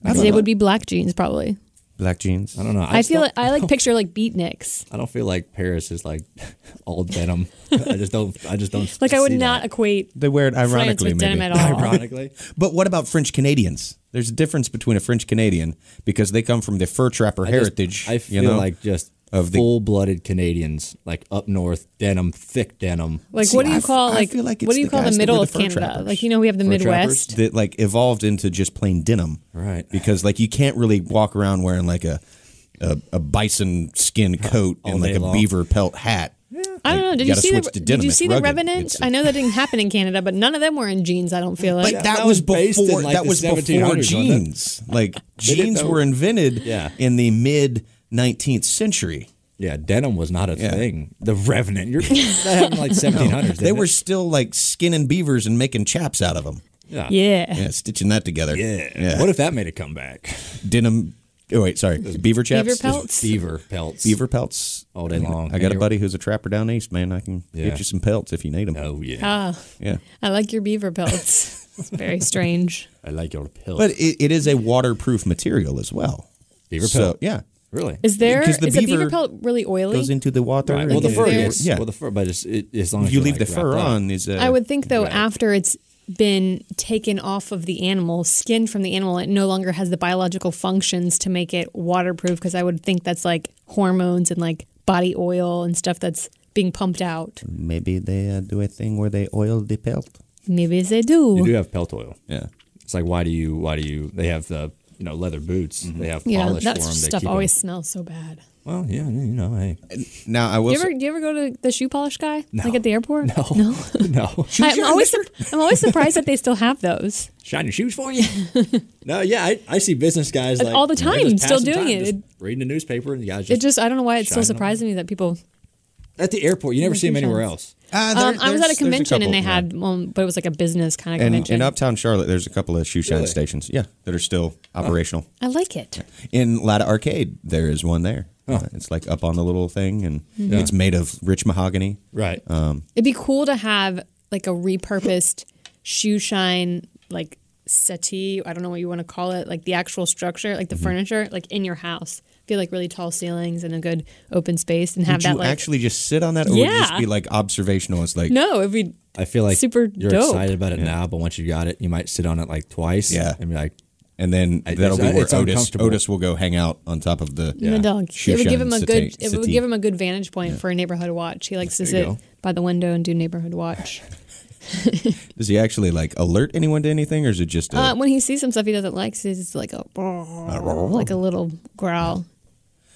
S4: I don't
S5: They
S4: know.
S5: would be black jeans probably.
S4: Black jeans.
S3: I don't know.
S5: I,
S3: just
S5: feel
S3: don't-
S5: like, I like picture like beatniks.
S3: I don't feel like Paris is like all denim. I just don't. I just don't.
S5: Like I would
S3: see
S5: not
S3: that.
S5: equate
S4: They wear it
S5: France
S4: ironically,
S5: with
S4: maybe.
S5: denim at all.
S3: Ironically,
S4: But what about French Canadians? There's a difference between a French Canadian because they come from the fur
S3: I
S4: trapper
S3: just-
S4: heritage.
S3: I feel
S4: you know?
S3: like just
S4: of the-
S3: full-blooded Canadians, like up north, denim, thick denim.
S5: Like
S4: See,
S5: what do you
S4: I f-
S5: call
S4: I
S5: like,
S4: feel like
S5: what
S4: it's
S5: do you
S4: the
S5: call
S4: guys that
S5: the middle
S4: wear
S5: of
S4: the fur
S5: Canada?
S4: trappers.
S5: Like you know we have the
S3: Fur
S5: Midwest.
S4: that like evolved into just plain denim,
S3: Right.
S4: Because like you can't really walk around wearing like a a, a bison skin coat
S3: All
S4: and like
S3: day
S4: a
S3: long.
S4: beaver pelt hat.
S5: I don't
S4: Like,
S5: know. Did you,
S4: gotta
S5: see the
S4: switch to
S5: Did
S4: denim.
S5: you
S4: It's
S5: see the
S4: rugged.
S5: Revenant?
S4: It's-
S5: I know that didn't happen in Canada, but none of them were in jeans. I don't feel
S4: But
S5: like.
S4: that,
S3: that was
S4: was
S3: based in,
S4: before
S3: like,
S4: that
S3: the
S4: was before
S3: 1700s, wasn't it?
S4: jeans. Like
S3: didn't
S4: jeans
S3: know-
S4: were invented
S3: Yeah.
S4: in the mid 19th century.
S3: Yeah, denim was not a
S4: Yeah.
S3: thing. The Revenant, you're that happened in, like 1700s.
S4: They
S3: didn't
S4: were
S3: it?
S4: still like skinning beavers and making chaps out of them.
S3: yeah.
S5: yeah.
S4: Yeah, stitching that together.
S3: Yeah.
S4: yeah.
S3: What if that made a comeback?
S4: denim. Oh wait, sorry, beaver chaps.
S5: Beaver pelts.
S3: Beaver pelts.
S4: Beaver pelts
S3: All day
S4: I got-
S3: long.
S4: I got a
S3: You're-
S4: buddy who's a trapper down east, man. I can
S3: Yeah.
S4: get you some pelts if you need them.
S3: Oh yeah.
S5: Ah,
S4: Yeah,
S5: I like your beaver pelts. it's very strange.
S3: I like your pelts.
S4: but it, it is a waterproof material as well.
S3: beaver
S4: so,
S3: pelt.
S4: Yeah,
S3: Really?
S5: Is there is
S4: Because the
S5: a beaver
S4: beaver
S5: pelt really oily?
S4: goes into the water.
S3: Right.
S4: and
S3: Well, the
S4: it-
S3: fur.
S5: There's-
S3: is-
S4: Yeah,
S3: Well, the fur, but it's, it, as long
S4: if
S3: as
S4: you
S3: you're,
S4: leave
S3: like,
S4: the fur
S3: wrapped up.
S4: on, is uh,
S5: I would think though
S3: Right.
S5: after it's been taken off of the animal, skin from the animal, it no longer has the biological functions to make it waterproof. Because I would think that's like hormones and like body oil and stuff that's being pumped out.
S4: maybe they uh, do a thing where they oil the pelt.
S5: Maybe they do.
S3: You do have pelt oil.
S4: Yeah,
S3: It's like why do you why do you they have the you know leather boots
S4: Mm-hmm.
S3: they have
S5: yeah,
S3: polish
S5: that
S3: for them.
S5: stuff always smells so bad.
S3: Well, yeah, you know, hey,
S4: now I
S5: Do
S4: will.
S5: you ever
S4: Say,
S5: do you ever go to the shoe polish guy like at the airport? No,
S3: no,
S5: I'm always sup- I'm always surprised that they still have those
S3: shine your shoes for you. no, yeah, I, I see business guys
S5: And
S3: like,
S5: all the
S3: they're
S5: time,
S3: just
S5: still
S3: passing
S5: doing
S3: time,
S5: it.
S3: just
S5: It-
S3: reading the newspaper and the guys
S5: it
S3: just,
S5: just I don't know why it still
S3: Shining them.
S5: surprises me that people
S3: at the airport. You never see them
S5: Making
S3: anywhere
S5: sense.
S3: else.
S4: Ah, there-
S5: um, I was
S4: there's-
S5: at a
S4: there's
S5: convention
S4: couple,
S5: and they
S4: yeah.
S5: had one but it was like a business kind of
S4: And
S5: convention
S4: in uptown Charlotte, there's a couple of shoe shine
S3: Really?
S4: stations. Yeah, that are still operational.
S5: I like it
S4: In Latta Arcade, there is one there. Uh, it's like up on the little thing, and
S5: Hmm.
S4: it's made of rich mahogany.
S3: Right.
S5: it'd be cool to have like a repurposed shoe shine like settee I don't know what you want to call it like the actual structure like the
S4: Mm-hmm.
S5: furniture like in your house feel like really tall ceilings and a good open space and have
S4: Would
S5: that
S4: you
S5: like
S4: actually just sit on that, or would you just
S5: Yeah.
S4: be like observational? It's like,
S5: no it'd be
S3: I feel like
S5: super
S3: you're
S5: dope.
S3: excited about it now, but once you got it, you might sit on it like twice.
S4: Yeah.
S3: and be like,
S4: and then
S3: I-
S4: that'll
S3: it's-
S4: be where
S3: it's
S4: Otis
S3: uncomfortable.
S4: Otis will go hang out on top of the,
S5: the dog.
S4: shoe
S5: it would give
S4: shine
S5: him a
S4: settee-
S5: good. It would
S4: settee.
S5: give him a good vantage point for a neighborhood watch. He likes to
S3: There you
S5: sit
S3: go.
S5: by the window and do neighborhood watch.
S4: Does he actually like alert anyone to anything, or is it just a,
S5: Uh, when he sees some stuff he doesn't like, so he's just like a like a little growl.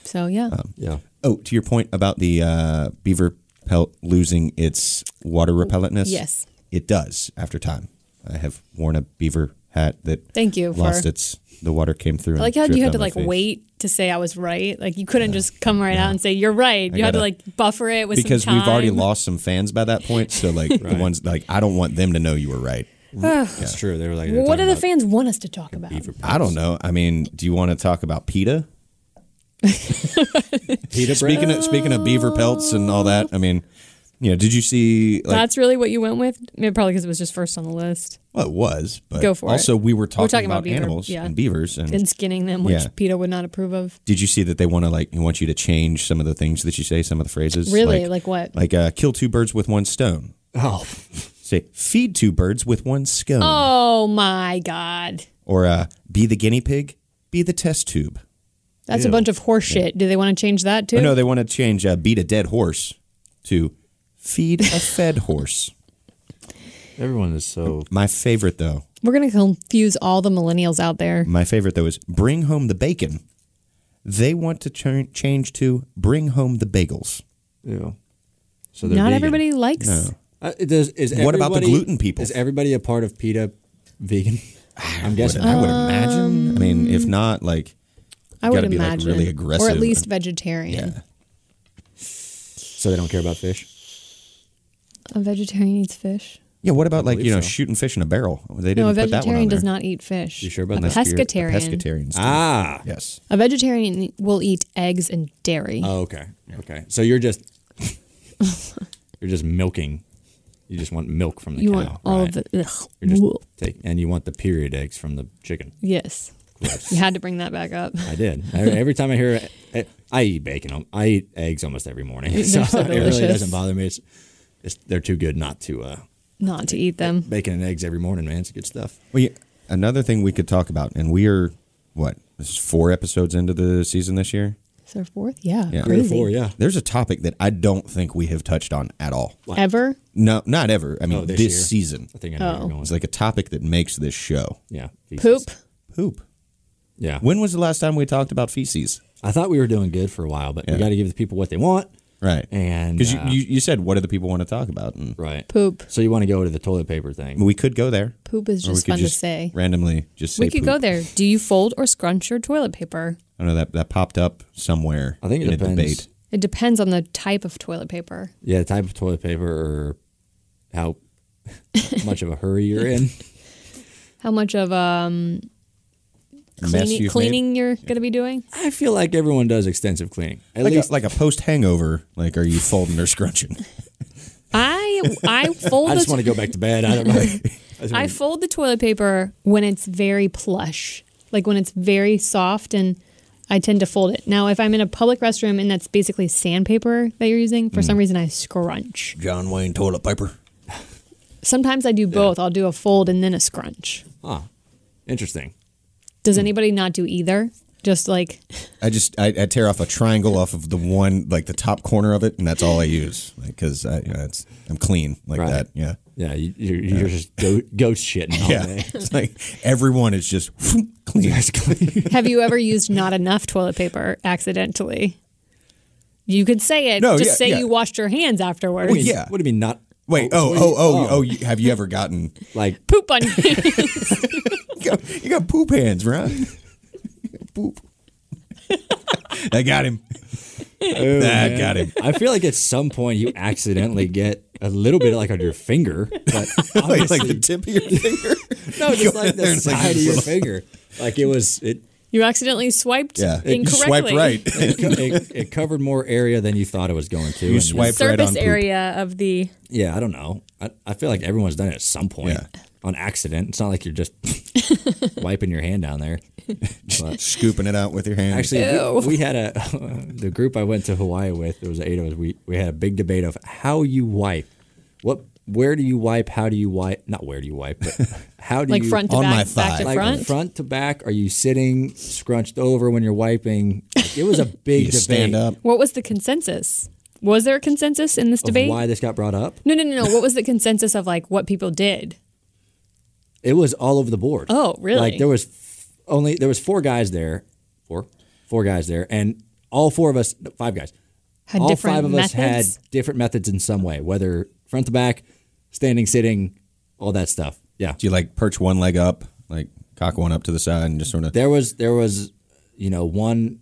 S5: So yeah,
S3: yeah,
S4: oh? To your point about the uh, beaver pelt losing its water repellentness,
S5: Yes.
S4: it does after time. I have worn a beaver hat that
S5: Thank you
S4: lost
S5: for-
S4: its the water came through.
S5: I
S4: and
S5: like how
S4: dripped
S5: you had
S4: on
S5: to
S4: my
S5: like
S4: face.
S5: wait to say I was right. Like you couldn't just come right out and say you're right.
S4: I
S5: You had
S4: gotta-
S5: to like buffer it with
S4: because
S5: some time.
S4: we've already lost some fans by that point. So like the ones like I don't want them to know you were right.
S3: that's true. They were like,
S5: Well, what do
S3: are
S5: the fans want us to talk about?
S4: I don't know. I mean, do you want to talk about PETA?
S3: Pita bread?
S4: Speaking of, speaking of beaver pelts and all that, I mean, you know, did you see like
S5: That's really what you went with. Maybe probably because it was just first on the list.
S4: well, it was, but
S5: Go for it.
S4: also we were talking,
S5: talking
S4: about,
S5: about beaver,
S4: animals
S5: yeah.
S4: and beavers and
S5: And skinning them, which
S4: Yeah.
S5: PETA would not approve of.
S4: did you see that they want to like want you to change some of the things that you say, some of the phrases?
S5: Really? Like what?
S4: Like uh, kill two birds with one stone.
S3: Oh,
S4: Say feed two birds with one scone.
S5: Oh my God.
S4: Or uh, be the guinea pig, be the test tube.
S5: That's a bunch of horse shit. Do they want to change that too?
S4: Oh, no, they want to change uh, beat a dead horse to feed a fed horse.
S3: everyone is so
S4: My favorite though,
S5: We're going to confuse all the millennials out there.
S4: my favorite though is bring home the bacon. They want to ch- change to bring home the bagels.
S3: yeah. So they're
S5: Not
S3: vegan.
S5: everybody likes.
S3: Uh, it does, is
S4: What about the
S3: everybody-
S4: gluten people? Ah,
S3: Is everybody a part of PETA vegan? I'm guessing.
S4: I would
S5: Um,
S4: imagine. I mean, if not, like
S5: I
S4: gotta
S5: would
S4: be, like,
S5: imagine.
S4: really aggressive.
S5: Or at least vegetarian.
S3: so they don't care about fish?
S5: A vegetarian eats fish.
S4: yeah. What about like you
S3: believe
S4: know
S3: so.
S4: shooting fish in a barrel? They didn't
S5: No,
S4: put
S5: a
S4: that one on
S5: vegetarian does
S4: there.
S5: not eat fish.
S3: You sure about
S5: a
S3: that?
S5: Pescatarian.
S4: A pescatarian's do.
S3: Ah.
S4: yes.
S5: A vegetarian will eat eggs and dairy.
S3: Oh, okay. Okay. So you're just you're just milking. You just want milk from the
S5: you
S3: cow.
S5: want all
S3: right?
S5: of the. Ugh.
S3: You're just
S5: Whoa.
S3: take, and you want the period eggs from the chicken.
S5: Yes. You had to bring that back up.
S3: I did. Every, every time I hear, it, I eat bacon. al- I eat eggs almost every morning. So,
S5: so
S3: it really
S5: delicious.
S3: doesn't bother me. It's, it's they're too good not to. Uh,
S5: Not to eat them.
S3: bacon and eggs every morning, man. It's good stuff.
S4: Well, yeah, another thing we could talk about, and we are what this is four episodes into the season this year.
S5: Is there a fourth? Yeah.
S4: Yeah.
S3: Three or
S5: Crazy.
S3: four, yeah.
S4: There's a topic that I don't think we have touched on at all.
S5: Ever?
S4: No, not ever. I mean,
S3: Oh, this
S4: this,
S3: year.
S4: season.
S3: I think I know where
S5: Oh.
S3: you're going.
S4: It's like a topic that makes this show.
S3: yeah,
S5: Poop?
S3: feces.
S4: Poop.
S3: Yeah.
S4: When was the last time we talked about feces?
S3: I thought we were doing good for a while, but
S4: Yeah.
S3: we got to give the people what they want.
S4: Right.
S3: And,
S4: because
S3: uh,
S4: you, you, you said, what do the people want to talk about? And
S3: Right.
S5: Poop.
S3: So you want to go to the toilet paper thing?
S4: we could go there.
S5: Poop is
S4: Or we
S5: just
S4: could
S5: fun to say.
S4: Randomly just say
S5: we could
S4: poop.
S5: go there. Do you fold or scrunch your toilet paper?
S4: I don't know that that popped up somewhere.
S3: I think it
S4: in
S3: depends.
S4: a debate.
S5: It depends on the type of toilet paper.
S3: Yeah, the type of toilet paper or how much of a hurry you're in.
S5: How much of um
S4: Mess
S5: cleaning,
S4: you've
S5: cleaning you're going to be doing?
S3: I feel like everyone does extensive cleaning. At
S4: made. like
S3: least
S4: a, like a post hangover. Like, are you folding or scrunching?
S5: I I fold
S3: I
S5: the
S3: just want to go back to bed. I don't know. I just
S5: I
S3: wanna-
S5: fold the toilet paper when it's very plush, like when it's very soft, and I tend to fold it. Now, if I'm in a public restroom and that's basically sandpaper that you're using,
S4: Mm.
S5: for some reason I scrunch.
S4: John Wayne toilet paper.
S5: Sometimes I do both. I'll do a fold and then a scrunch.
S3: Interesting.
S4: Mm.
S5: Does anybody not do either? Just like
S4: I just I, I tear off a triangle off of the one like the top corner of it, and that's all I use because I you know, it's, I'm clean like
S3: Right.
S4: that. Yeah,
S3: Yeah, you, you're, you're just go, ghost shitting all
S4: yeah.
S3: day.
S4: It's like everyone is just clean.
S5: Have you ever used not enough toilet paper accidentally? You could say it.
S4: No,
S5: just
S4: yeah,
S5: say
S4: yeah.
S5: you washed your hands afterwards.
S4: Well, yeah.
S3: What do you mean not?
S4: Wait, oh, oh, oh, oh! you, have you ever gotten
S3: Like
S5: Poop on your
S4: you got, you got poop hands, right? poop. I got him. that got him.
S3: I feel like at some point you accidentally get a little bit like on your finger, but
S4: Like,
S3: obviously,
S4: like the tip of your finger.
S3: no, just like the
S4: there and it's like
S3: side of
S4: this
S3: your
S4: little-
S3: finger. Like it was it
S5: You accidentally swiped
S4: Yeah,
S5: incorrectly.
S4: you swiped right.
S3: it, co- it, it covered more area than you thought it was going to. and-
S4: swiped- Right on
S5: Surface
S4: poop.
S5: area of the
S3: Yeah, I don't know. I, I feel like everyone's done it at some point
S4: Yeah.
S3: on accident. It's not like you're just wiping your hand down there.
S4: Scooping it out with your hand.
S3: Actually, we, we had a the group I went to Hawaii with. There was eight of us. We we had a big debate of how you wipe. What? Where do you wipe? How do you wipe? Not where do you wipe, but how do
S5: like
S3: you
S5: front to
S4: on
S5: back,
S4: my
S5: back to
S4: thigh.
S3: like
S5: front.
S3: to back? Are you sitting scrunched over when you're wiping? Like, it was a big
S4: you
S3: debate
S4: stand up.
S5: What was the consensus? Was there a consensus in this
S3: of
S5: debate?
S3: why this got brought up.
S5: no, no, no, no. What was the consensus of like what people did?
S3: It was all over the board.
S5: Oh, really?
S3: Like there was f- only there was four guys there, four, four guys there, and all four of us, no, five guys,
S5: Had
S3: all
S5: different
S3: five of us
S5: methods?
S3: had different methods in some way, whether front to back, standing, sitting, all that stuff. Yeah,
S4: Do you like perch one leg up, like cock one up to the side, and just sort of?
S3: there was there was, you know, one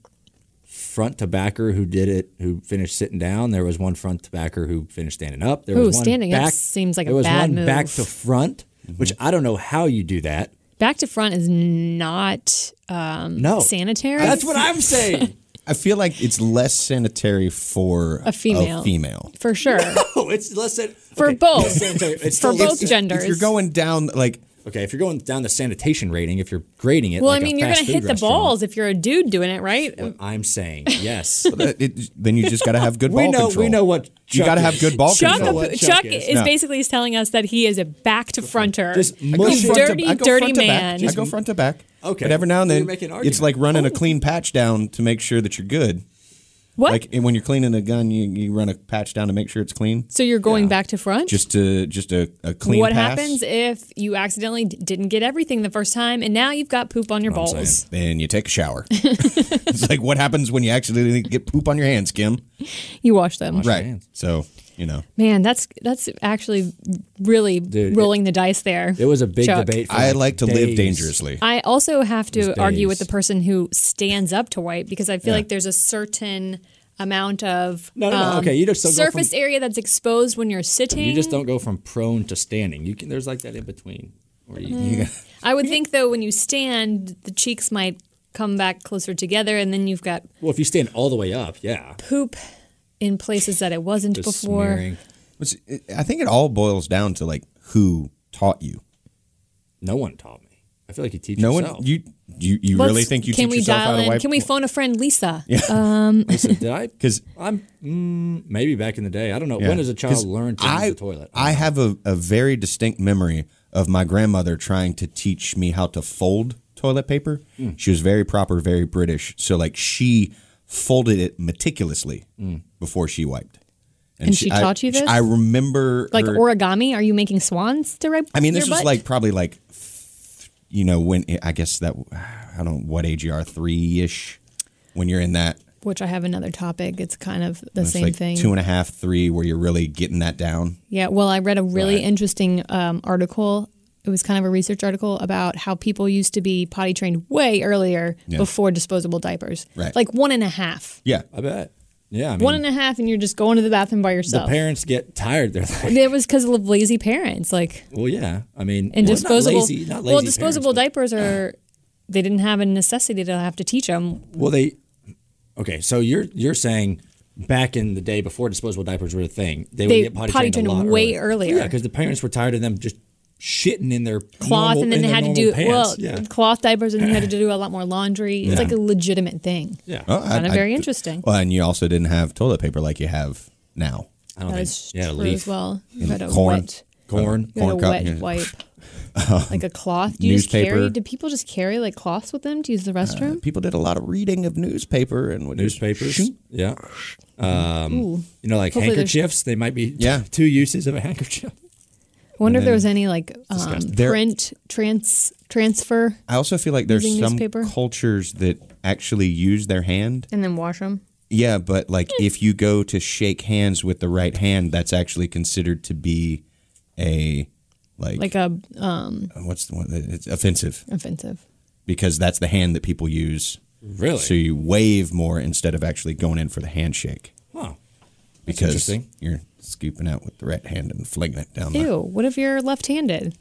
S3: front to backer who did it who finished sitting down. There was one front to backer who finished standing up. There
S5: Ooh,
S3: was one
S5: standing up
S3: back,
S5: seems like a
S3: there was
S5: bad
S3: one
S5: move. Mm-hmm.
S3: back to front, which I don't know how you do that.
S5: Back to front is not uh,
S3: No,
S5: sanitary.
S3: That's what I'm saying.
S4: I feel like it's less sanitary for a
S5: female.
S4: female.
S5: for sure.
S3: Oh, it's less than
S5: For both.
S3: It's
S5: For
S3: still-
S5: both
S3: it's-
S5: genders.
S4: If you're going down, like
S3: Okay, if you're going down the sanitation rating, if you're grading it,
S5: well,
S3: like
S5: I
S3: a
S5: mean, you're
S3: fast
S5: gonna hit
S3: food
S5: the
S3: restaurant,
S5: balls if you're a dude doing it, right?
S3: I'm saying yes.
S4: uh, it, then you just got to have good
S3: we
S4: ball
S3: know.
S4: control.
S3: We know what
S4: you got to have good ball
S5: Chuck,
S4: control.
S3: what
S5: Chuck
S3: Chuck
S5: is,
S3: is.
S4: No.
S5: basically telling us that he is a back to fronter.
S3: Just
S5: You
S3: mush it.
S5: dirty,
S4: I go
S5: dirty
S4: front to back.
S5: man. Oh.
S4: I go front to back.
S3: Okay.
S4: But every now and
S3: You're
S4: then,
S3: making an
S4: it's like
S3: argument.
S4: running a clean patch down to make sure that you're good.
S5: What?
S4: Like and when you're cleaning a gun, you, you run a patch down to make sure it's clean.
S5: so you're going back to front?
S4: Just to just a, a clean.
S5: what
S4: pass.
S5: happens if you accidentally d- didn't get everything the first time and now you've got poop on your
S3: what I'm
S5: balls?
S4: Then you take a shower. it's like what happens when you accidentally get poop on your hands, Kim.
S5: You wash them.
S4: Right.
S3: hands.
S4: So you know,
S5: Man, that's that's actually really
S3: Dude,
S5: rolling the dice there.
S3: It was a big
S5: Chuck.
S3: debate. For
S4: I like to live
S3: days.
S4: dangerously.
S5: I also have
S3: Those
S5: to argue with
S3: days.
S5: the person who stands up to wipe because I feel like there's a certain amount of um,
S3: No, no, no, okay, you just don't go
S5: surface
S3: from-
S5: area that's exposed when you're sitting.
S3: You just don't go from prone to standing. You can. There's like that in between. Or you, you got-
S5: I would think though when you stand, the cheeks might come back closer together, and then you've got
S3: well, if you stand all the way up, yeah.
S5: poop in places that it wasn't
S3: Just
S5: before.
S3: smearing.
S4: It's- I think it all boils down to like who taught you.
S3: No one taught me. I feel like you teach
S4: No one,
S3: yourself.
S4: you you, you
S5: Let's-
S4: really think you
S5: can
S4: teach
S5: we
S4: yourself
S5: dial
S4: how to
S5: in?
S4: wipe?
S5: Can we phone a friend, Lisa?
S3: Lisa, did I?
S4: Because
S3: I'm mm, maybe back in the day. I don't know.
S4: Yeah.
S3: When does a child
S4: 'Cause
S3: learn to
S4: I,
S3: use the toilet?
S4: I have a, a very distinct memory of my grandmother trying to teach me how to fold toilet paper.
S3: Hmm.
S4: She was very proper, very British. So like she folded it meticulously
S3: Hmm.
S4: before she wiped.
S5: And she taught
S4: I,
S5: you this?
S4: I remember
S5: Like
S4: her-
S5: origami? Are you making swans to wrap
S4: I mean, this
S5: your
S4: was
S5: butt?
S4: like probably like, th- you know, when I guess that I don't what age you are three ish when you're in that
S5: Which I have another topic. It's kind of the
S4: it's
S5: same
S4: like
S5: thing.
S4: two and a half three where you're really getting that down.
S5: Yeah, well, I read a really
S4: Right.
S5: interesting um, article. It was kind of a research article about how people used to be potty trained way earlier
S4: Yeah.
S5: before disposable diapers.
S4: Right.
S5: Like one and a half.
S4: Yeah,
S3: I bet. Yeah. I mean,
S5: One and a half, and you're just going to the bathroom by
S3: Mm. the
S5: yourself.
S3: parents get tired. They're like,
S5: it was because of lazy parents. Like,
S3: well, yeah. I mean,
S5: and
S3: well, not
S5: disposable.
S3: lazy- not
S5: well,
S3: lazy
S5: disposable
S3: parents,
S5: diapers are, they didn't have a necessity to have to teach them.
S3: but- Well, they. Okay, so you're you're saying back in the day before disposable diapers were a thing, they,
S5: They
S3: would get potty,
S5: potty
S3: trained, a
S5: trained
S3: lot
S5: way
S3: earlier.
S5: earlier.
S3: Yeah, because the parents were tired of them just shitting in their
S5: Cloth,
S3: normal-
S5: and then
S3: in
S5: they
S3: their
S5: had to
S3: normal
S5: do, well,
S3: pants. yeah.
S5: cloth diapers, and you had to do a lot more laundry. It's like a legitimate thing.
S3: Yeah.
S4: Oh, I-
S5: Kind of
S4: I-
S5: very interesting.
S4: Well, and you also didn't have toilet paper like you have now.
S3: I don't
S5: That
S3: think.
S5: is
S3: yeah,
S5: true
S3: leaf,
S5: as well. You had a
S4: corn.
S5: wet,
S3: corn.
S5: you had a
S4: Corn cob,
S5: wet
S4: yeah. Um,
S5: wipe, like a cloth. Do you just carry?
S4: newspaper. Uh,
S5: Do people just carry like cloths with them to use the restroom?
S4: People did a lot of reading of newspaper and would just
S3: newspapers.
S4: shoot.
S3: Yeah. Um,
S5: Ooh,
S3: You know, like
S5: Hopefully there's-
S3: handkerchiefs. They might be
S4: Yeah.
S3: two uses of a handkerchief.
S5: I wonder if there was any like um,
S4: disgusting. There-
S5: print trans transfer
S4: I also feel like there's
S5: Using
S4: some
S5: newspaper?
S4: cultures that actually use their hand.
S5: and then wash them.
S4: Yeah, but like if you go to shake hands with the right hand, that's actually considered to be a like,
S5: Like a uh,
S4: what's the one? It's offensive
S5: offensive.
S4: because that's the hand that people use.
S3: Really?
S4: So you wave more instead of actually going in for the handshake
S3: Huh.
S4: because
S3: interesting.
S4: you're scooping out with the right hand and flinging it down. The,
S5: Ew. What if you're left-handed?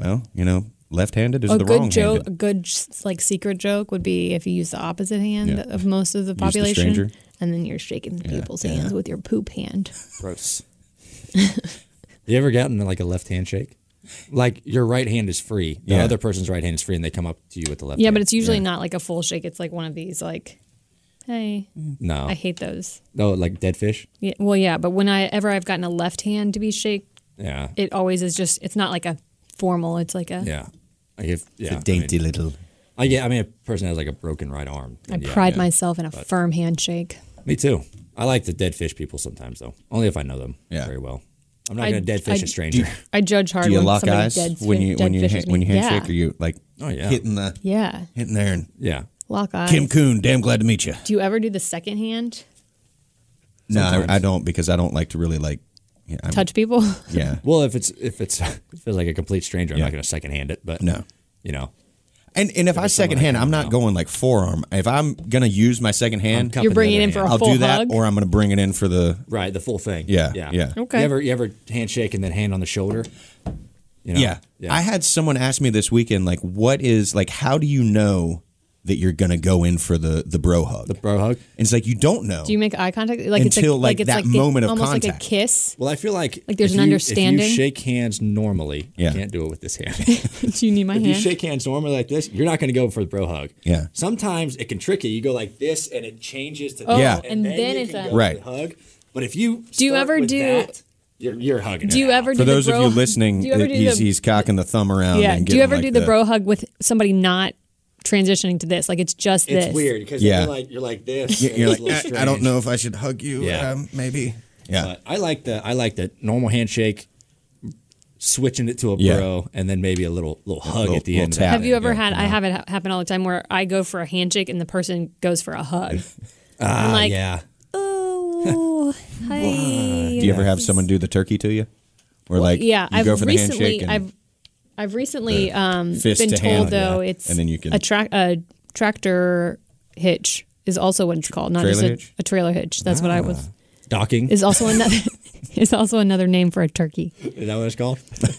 S4: well, you know, left-handed is
S5: A
S4: the
S5: good
S4: wrong
S5: joke, a
S4: handed.
S5: good s- like secret joke would be if you use the opposite hand
S4: Yeah.
S5: of most of the
S4: the
S5: population,
S4: stranger.
S5: and then you're shaking people's
S4: yeah.
S5: hands with your poop hand.
S3: Gross. you ever gotten like a left hand shake? Like your right hand is free. The
S4: Yeah.
S3: other person's right hand is free, and they come up to you with the left.
S5: Yeah,
S3: hand.
S5: but it's usually not like a full shake. It's like one of these, like, hey,
S3: no,
S5: I hate those.
S3: no, like dead fish.
S5: Yeah, well, yeah, but whenever I've gotten a left hand to be shaked,
S3: Yeah,
S5: it always is just, it's not like a formal, it's like a. I
S3: yeah. Like if yeah,
S4: The dainty
S3: I mean,
S4: little.
S3: I get. I mean, a person has like a broken right arm. then yeah,
S5: pride
S3: yeah.
S5: myself in a firm handshake.
S3: Me too. I like the dead fish people sometimes though, only if I know them
S4: Yeah.
S3: very well. I'm not
S5: I-
S3: gonna dead
S5: I-
S3: fish a stranger.
S5: I judge hard
S4: Do you
S5: when
S4: lock
S5: somebody
S4: eyes
S5: dead,
S4: when you
S5: dead
S4: when you ha-
S5: fishes me.
S4: when you handshake?
S5: yeah.
S4: Or you like
S3: Oh, yeah.
S4: hitting the
S5: Yeah,
S4: hitting there and
S3: yeah,
S5: lock eyes.
S4: Kim Coon, damn glad to meet you.
S5: Do you ever do the second hand?
S4: No, I, I don't because I don't like to really like yeah, I'm-
S5: Touch people?
S4: Yeah,
S3: Well, if it's if it's if it's like a complete stranger, I'm
S4: Yeah.
S3: not going to second hand it. But
S4: No.
S3: you know,
S4: and and if I second hand, I'm not going like forearm. If I'm gonna use my second hand,
S3: cupping
S5: You're bringing
S3: the
S5: it in
S3: other
S5: for a
S3: hand.
S4: I'll
S5: full
S4: do that,
S5: hug?
S4: or I'm gonna bring it in for the
S3: right the full thing.
S4: Yeah,
S3: yeah,
S4: yeah.
S5: Okay.
S3: You ever you ever handshake and then hand on the shoulder? You know?
S4: yeah. I had someone ask me this weekend, like, what is like, how do you know that you're gonna go in for the the bro hug?
S3: the bro hug.
S4: And it's like you don't know.
S5: Do you make eye contact? Like it's
S4: Until,
S5: like,
S4: like,
S5: it's
S4: that
S5: like
S4: moment
S5: it's
S4: of
S5: almost like a
S4: contact.
S5: kiss.
S3: Well, I feel like
S5: Like there's
S3: if
S5: an
S3: you- If
S5: understanding?
S3: you shake hands normally,
S4: Yeah.
S3: you can't do it with this hand. if
S5: Do you need my
S3: you
S5: hand?
S3: shake hands normally like this, you're not going to go for the bro hug.
S4: Yeah.
S3: Sometimes it can trick you. You go like this, and it changes to
S5: Oh,
S3: this,
S4: Yeah.
S5: and then
S3: you
S5: it's
S3: can
S5: a-
S3: go for the
S4: Right.
S3: hug. But if you
S5: Do you
S3: start
S5: ever
S3: with
S5: do-
S3: that, you're, you're hugging.
S5: Do
S3: it
S5: you
S3: out.
S5: ever do
S4: for
S5: the
S4: those
S5: bro
S4: of you listening,
S5: Do you ever
S4: it-
S5: do
S4: he's,
S5: the-
S4: he's cocking the thumb around.
S5: Yeah.
S4: And
S5: Do you
S4: giving,
S5: ever
S4: like,
S5: do the, bro hug with somebody not transitioning to this? Like it's just
S3: It's
S5: this.
S3: weird because
S4: Yeah.
S3: you're like you're like this. and
S4: You're
S3: it's a
S4: like, "Eh,
S3: little
S4: I, I don't
S3: strange.
S4: know if I should hug you.
S3: Yeah.
S4: Um, maybe. Yeah.
S3: But I like the I like the normal handshake, switching it to a
S4: Yeah.
S3: bro, and then maybe a little little hug
S4: little-
S3: at the
S4: little
S3: end.
S4: tap.
S3: Of
S5: Have you ever
S4: Yeah,
S5: had? I have it ha- happen all the time where I go for a handshake and the person goes for a hug.
S4: Ah,
S5: I'm
S3: it.
S5: like,
S3: yeah.
S5: oh, hi.
S4: Do you ever have someone do the turkey to you? Or like,
S5: Yeah,
S4: you
S5: I've
S4: go for the handshake
S5: recently,
S4: and
S5: I've, I've recently um,
S4: fist
S5: been
S4: to
S5: told
S4: hand,
S5: though
S4: yeah.
S5: it's
S4: And then you can-
S5: a, tra- a tractor hitch is also what it's called, not just a,
S4: Trailer hitch? Ah.
S5: a trailer hitch. That's what I was.
S3: Docking
S5: Is also another is also another name for a turkey.
S3: is that what it's called?
S4: what,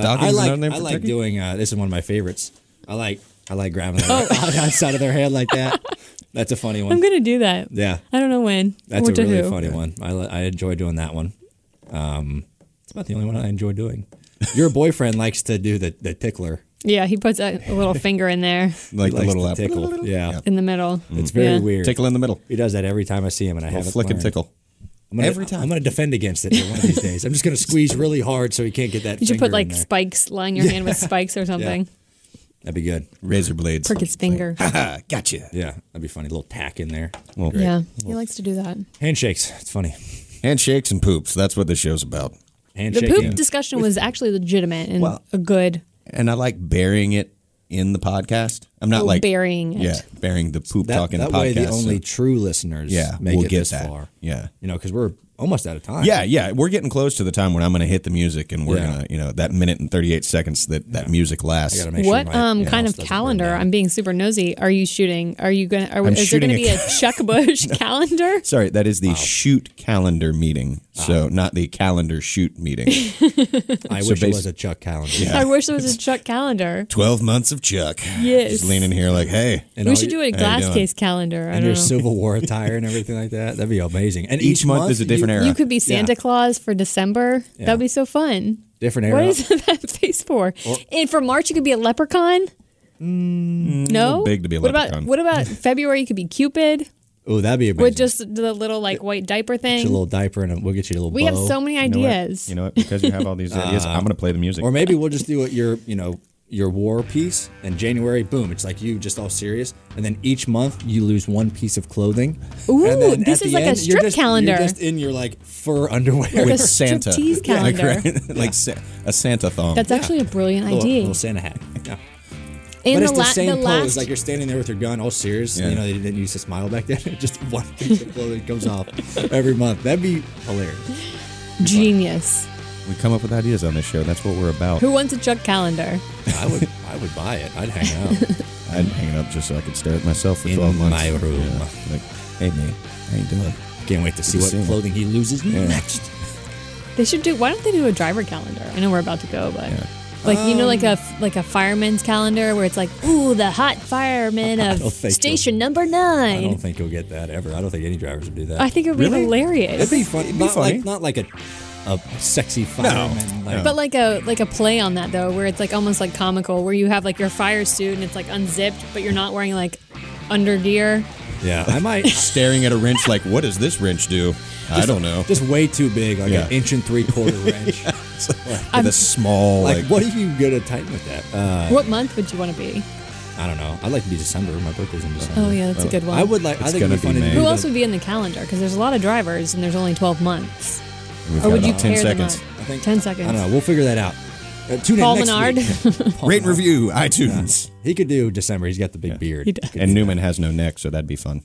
S4: Dawkins
S3: I
S4: is
S3: like
S4: another name
S3: I
S4: for
S3: like
S4: turkey?
S3: doing uh, this is one of my favorites. I like I like grabbing them outside of their head like that. That's a funny one.
S5: Oh. I'm gonna do that.
S3: yeah,
S5: I don't know when.
S3: that's
S5: or
S3: a
S5: to
S3: really
S5: who.
S3: funny one. I li- I enjoy doing that one. Um, it's about the only one I enjoy doing. Your boyfriend likes to do the the tickler.
S5: Yeah, he puts a, a little finger in there
S4: Like
S3: He
S4: the
S3: likes
S4: little
S3: to
S4: apple.
S3: tickle. Yeah.
S4: Yep.
S5: in the middle.
S3: Mm. It's very
S5: Yeah.
S3: weird.
S4: Tickle in the middle.
S3: He does that every time I see him, and I
S4: Little
S3: have
S4: flick and tickle.
S3: I'm gonna,
S4: Every time.
S3: I'm going to defend against it one of these days. I'm just going to squeeze really hard so he can't get that.
S5: You should
S3: finger
S5: put
S3: in
S5: like
S3: there.
S5: spikes, line your hand with spikes or something.
S3: that'd be good.
S4: Razor blades.
S5: Prick his finger.
S4: Haha, gotcha.
S3: Yeah, that'd be funny. A little tack in there.
S4: Well,
S5: Yeah, he likes to do that.
S3: Handshakes. It's funny.
S4: Handshakes and poops. That's what this show's about.
S5: The
S3: Handshake.
S5: poop
S3: and-
S5: discussion was actually legitimate and
S4: Well-
S5: a good
S4: And I like burying it in the podcast. I'm not
S5: Oh,
S4: like
S5: burying it.
S4: Yeah, burying the poop
S3: that,
S4: talk in
S3: that
S4: the podcast.
S3: way, the
S4: so-
S3: only true listeners.
S4: yeah,
S3: make
S4: we'll
S3: it
S4: get
S3: this
S4: that.
S3: far.
S4: Yeah.
S3: You know, because we're almost out of time.
S4: Yeah, yeah, we're getting close to the time when I'm going to hit the music, and we're
S3: Yeah.
S4: going to, you know, that minute and 38 seconds that that music
S3: I
S4: lasts.
S3: gotta make
S5: What
S3: sure my
S5: um
S3: house
S5: kind of
S3: doesn't burn
S5: calendar?
S3: down.
S5: I'm being super nosy. Are you shooting? Are you gonna? Are,
S4: I'm
S5: is there gonna
S4: shooting
S5: be
S4: a
S5: a Chuck Bush calendar?
S4: Sorry, that is the shoot calendar meeting. So not the calendar shoot meeting.
S3: I
S4: so
S3: wish it
S4: basi-
S3: was a Chuck calendar.
S5: I wish there was a Chuck calendar.
S4: Twelve months of Chuck.
S5: Yes.
S4: Just leaning here like, hey.
S3: And
S5: We
S3: all
S5: should do
S3: your-
S5: it a
S4: How you
S5: glass
S4: doing?
S5: case calendar. I
S3: And your
S5: don't know.
S3: Civil War attire and everything like that. That'd be amazing. And
S4: Each month is a different
S3: you-
S4: era.
S5: You could be Santa Claus for December. That'd be so fun.
S3: Different era.
S5: What is that face for? and for March, you could be a leprechaun.
S3: Mm,
S5: no,
S4: big to be a
S5: what
S4: leprechaun.
S5: About, what about February? You could be Cupid
S3: oh, that'd be amazing.
S5: with just the little like white diaper
S3: Get you
S5: thing.
S3: a little diaper and a- we'll get you a little.
S5: we have
S3: bow.
S5: so many
S4: know what?
S5: ideas.
S4: You know what? Because you have all these ideas, I'm going to play the music.
S3: Or maybe we'll just do it your you know your war piece and January boom it's like you just all serious and then each month you lose one piece of clothing.
S5: Ooh,
S3: and then
S5: this
S3: at the
S5: is like a
S3: end,
S5: strip
S3: you're just,
S5: calendar.
S3: You're just in your like fur underwear
S5: Like
S3: with
S5: a
S4: Santa.
S5: striptease
S4: Like,
S5: calendar.
S4: right? like Sa- a Santa thong.
S5: That's actually a brilliant
S3: a little,
S5: idea.
S3: little Santa hat. Yeah.
S5: and
S3: but it's the,
S5: la-
S3: same pose.
S5: last,
S3: Like you're standing there with your gun, all serious.
S4: Yeah.
S3: You know they didn't use to smile back then. just one piece of clothing comes off every month. That'd be hilarious.
S5: genius.
S4: we come up with ideas on this show. That's what we're about.
S5: Who wants a Chuck calendar?
S3: I would I would buy it. I'd hang out.
S4: I'd hang it up just so I could stare at myself for
S3: In
S4: 12 months.
S3: my room.
S4: Yeah. Like, hey, man, how you doing?
S3: Can't wait to see
S4: Good to
S3: what
S4: see you.
S3: clothing he loses next.
S5: They should do. Why don't they do a driver calendar? I know we're about to go, but like you know,
S3: Um,
S5: like a like a fireman's calendar where it's like, ooh, the hot fireman of
S3: don't think
S5: station
S3: you'll-
S5: number
S3: I don't
S5: nine.
S3: think you'll get that ever. I don't think any drivers would do that.
S5: I think it would be
S4: Really?
S5: hilarious.
S3: It'd be fun.
S4: It'd be
S3: not
S4: funny.
S3: like not like a a sexy fireman. like,
S5: but like a like a play on that though, where it's like almost like comical, where you have like your fire suit and it's like unzipped, but you're not wearing like undergear.
S3: yeah, I might
S4: Staring at a wrench like, what does this wrench do? I don't know.
S3: just way too big, like
S4: Yeah.
S3: an inch and three quarter wrench.
S5: Um,
S4: With a small,
S3: Like,
S4: like,
S3: what are you gonna tighten with that? Uh,
S5: what month would you want to be?
S3: I don't know. I'd like to be December. My birthday's in December.
S5: Oh yeah, that's a good one.
S3: I would like. I
S4: It's
S3: think it'd be fun
S4: gonna be
S3: to
S4: May.
S3: do
S5: Who
S3: the-
S5: else would be in the calendar? Because there's a lot of drivers and there's only 12 months.
S4: we've
S5: Or
S4: got
S5: Oh, would you
S4: about 10
S5: pair them
S4: seconds.
S5: up?
S3: I think
S5: 10 seconds.
S3: I don't know. We'll figure that out. Uh, tune
S5: Paul
S3: in next
S5: Menard.
S3: week. Paul
S4: Rate
S3: Menard.
S4: review, iTunes.
S3: He could do December. He's got the big beard.
S5: He does.
S3: could
S4: And
S3: do
S4: Newman has no neck, so that'd be fun.